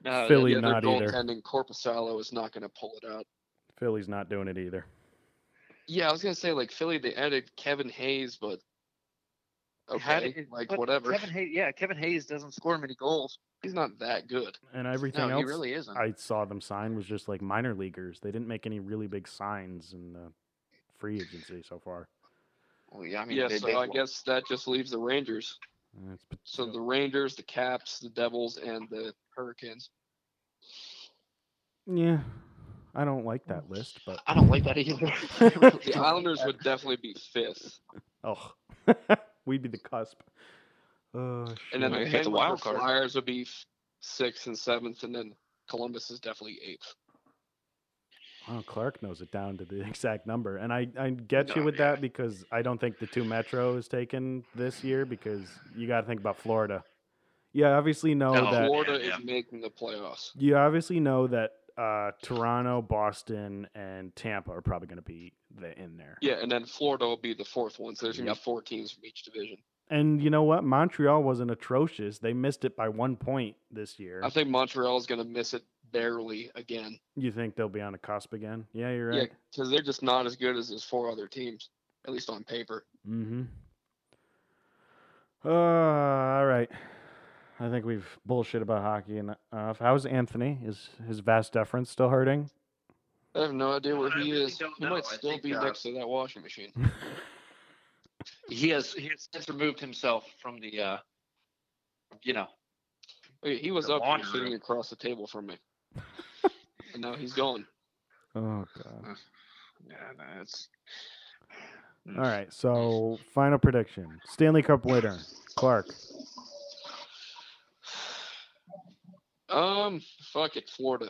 No, Philly yeah, not their either. goaltending Corpusalo is not gonna pull it out. Philly's not doing it either. Yeah, I was gonna say like Philly. They added Kevin Hayes, but Had okay, it- like but whatever. Kevin Hayes, yeah, Kevin Hayes doesn't score many goals. He's not that good. And everything he else really isn't. I saw them sign was just like minor leaguers. They didn't make any really big signs in the free agency so far. Well, yeah, I yeah, so I guess that just leaves the Rangers. Uh, it's pot- So the Rangers, the Caps, the Devils, and the Hurricanes. yeah, I don't like that list, but I don't like that either. the Islanders would definitely be fifth, oh, we'd be the cusp. Oh, shit. and then the, Penguins, the wild card. Flyers would be f- sixth and seventh, and then Columbus is definitely eighth. Wow, Clark knows it down to the exact number. And I, I get you with that because I don't think the two Metro is taken this year because you got to think about Florida. You obviously know And that. Florida is making the playoffs. You obviously know that uh, Toronto, Boston, and Tampa are probably going to be the, in there. Yeah, and then Florida will be the fourth one. So there's gonna be four teams from each division. And you know what? Montreal wasn't atrocious. They missed it by one point this year. I think Montreal is gonna miss it barely again. You think they'll be on a cusp again? Yeah, you're Yeah, right. because they're just not as good as those four other teams, at least on paper. Mm-hmm. Uh, all right. I think we've bullshit about hockey enough. How's Anthony? Is his vast deference still hurting? I have no idea where he is. He know. I might still think, be uh, next to that washing machine. he has he has since removed himself from the uh, you know, Hey, He was the up here laundry sitting room. across the table from me. and now he's gone. Oh god. Yeah, that's. All right. So final prediction: Stanley Cup winner Clark. Um, fuck it, Florida.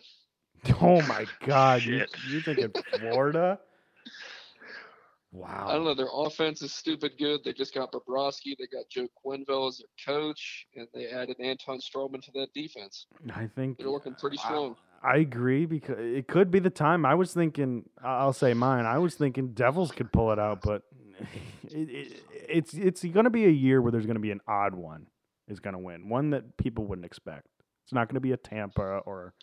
Oh my god. You, you thinking Florida? Wow. I don't know. Their offense is stupid good. They just got Bobrovsky. They got Joe Quenville as their coach, and they added Anton Stroman to that defense. I think They're looking pretty strong. I agree because it could be the time. I was thinking, I- I'll say mine. I was thinking Devils could pull it out, but it, it, it's it's going to be a year where there's going to be an odd one is going to win, one that people wouldn't expect. It's not going to be a Tampa or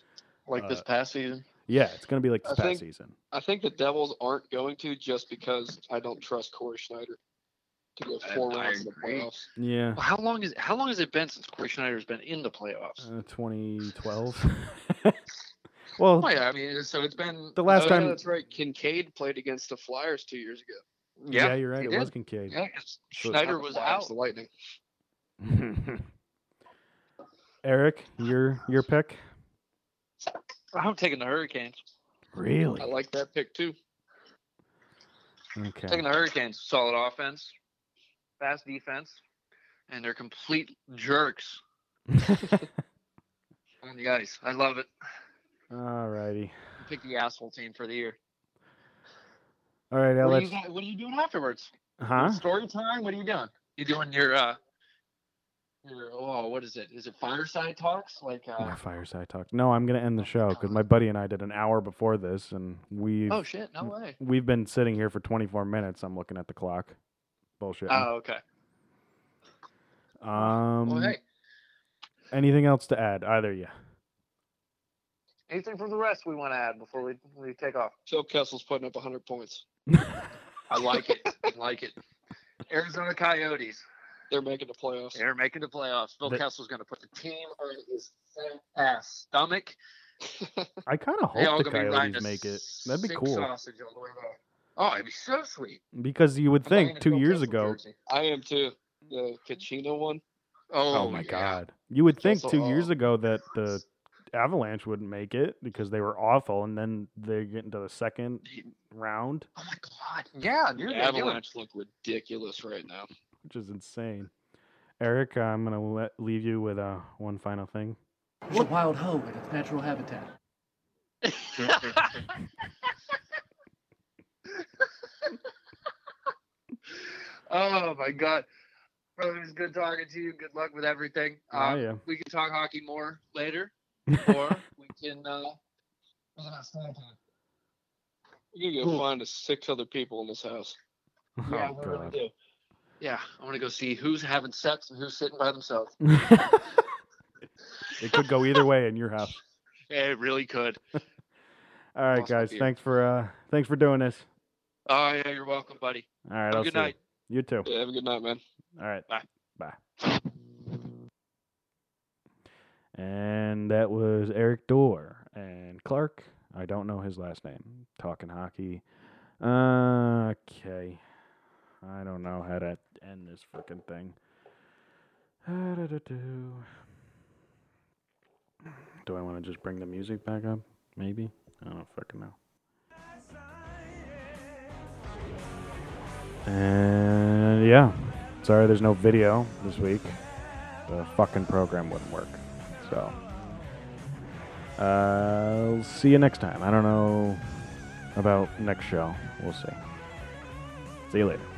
like this Uh, past season. yeah, it's going to be like I this past think- season. I think the Devils aren't going to just because I don't trust Corey Schneider to go I- four I rounds in the agree. playoffs. Yeah, Well, How long is how long has it been since Corey Schneider's been in the playoffs? uh, 2012. well, Well, Oh, yeah, I mean, so it's been The last oh, yeah, time- That's right. Kincaid played against the Flyers two years ago. yeah, you're right. he It did. was Kincaid. Yeah, 'cause So- Schneider Not the was Flyers, out. The Lightning. Eric, your your pick. I'm taking the Hurricanes. Really? I like that pick too. Okay. Taking the Hurricanes, solid offense, fast defense, and they're complete jerks on the ice. I love it. All righty. Pick the asshole team for the year. All right, what, are you, Alex. got- what are you doing afterwards? Huh? Story time? What are you doing? You doing your uh your oh what is it? Is it fireside talks? Like uh More fireside talk. No, I'm gonna Oh, end the show because my buddy and I did an hour before this, and we Oh shit, no way. we've been sitting here for 24 minutes. I'm looking at the clock. Bullshit. Oh, okay. Um. Well hey, Anything else to add? Either of you. anything from the rest we want to add before we, we take off? Phil Kessel's putting up 100 points. I like it. I like it. Arizona Coyotes. They're making the playoffs. They're making the playoffs. Phil They- Kessel's going to put the team on his fat ass stomach. I kind of They all hope the gonna be riding Coyotes a make it. That'd be Sick cool sausage all the way there. Oh, it'd be so sweet. because you would I'm buying think a two Phil years Kessel ago. jersey. I am too. The Kachino one. Oh, Oh, my yeah. God. You would think Kessel, two years oh. ago that the Avalanche wouldn't make it because they were awful, and then they get into the second round, Oh my god. Yeah, The dude. they're doing- Avalanche look ridiculous right now. which is insane. Eric, I'm gonna let, leave you with uh, one final thing. It's a wild hoe in its natural habitat. Oh my god. Brother, it was good talking to you. Good luck with everything. Oh, Um, yeah. We can talk hockey more later, or we can. Uh, You can go find us six other people in this house. Oh, yeah, we're gonna do. Yeah, I want to go see who's having sex and who's sitting by themselves. It could go either way in your house. it really could. All right, Awesome guys. beer. Thanks for uh, thanks for doing this. Oh yeah, you're welcome, buddy. All right, Have a I'll good see you. night. You too. Yeah, have a good night, man. All right. Bye. Bye. And that was Eric Dorr and Clark. I don't know his last name. Talking hockey. Uh, okay. I don't know how to end this freaking thing. Do I want to just bring the music back up? Maybe. I don't freaking know. And yeah, sorry there's no video this week. The fucking program wouldn't work. So, uh, will see you next time. I don't know about next show. We'll see. See you later.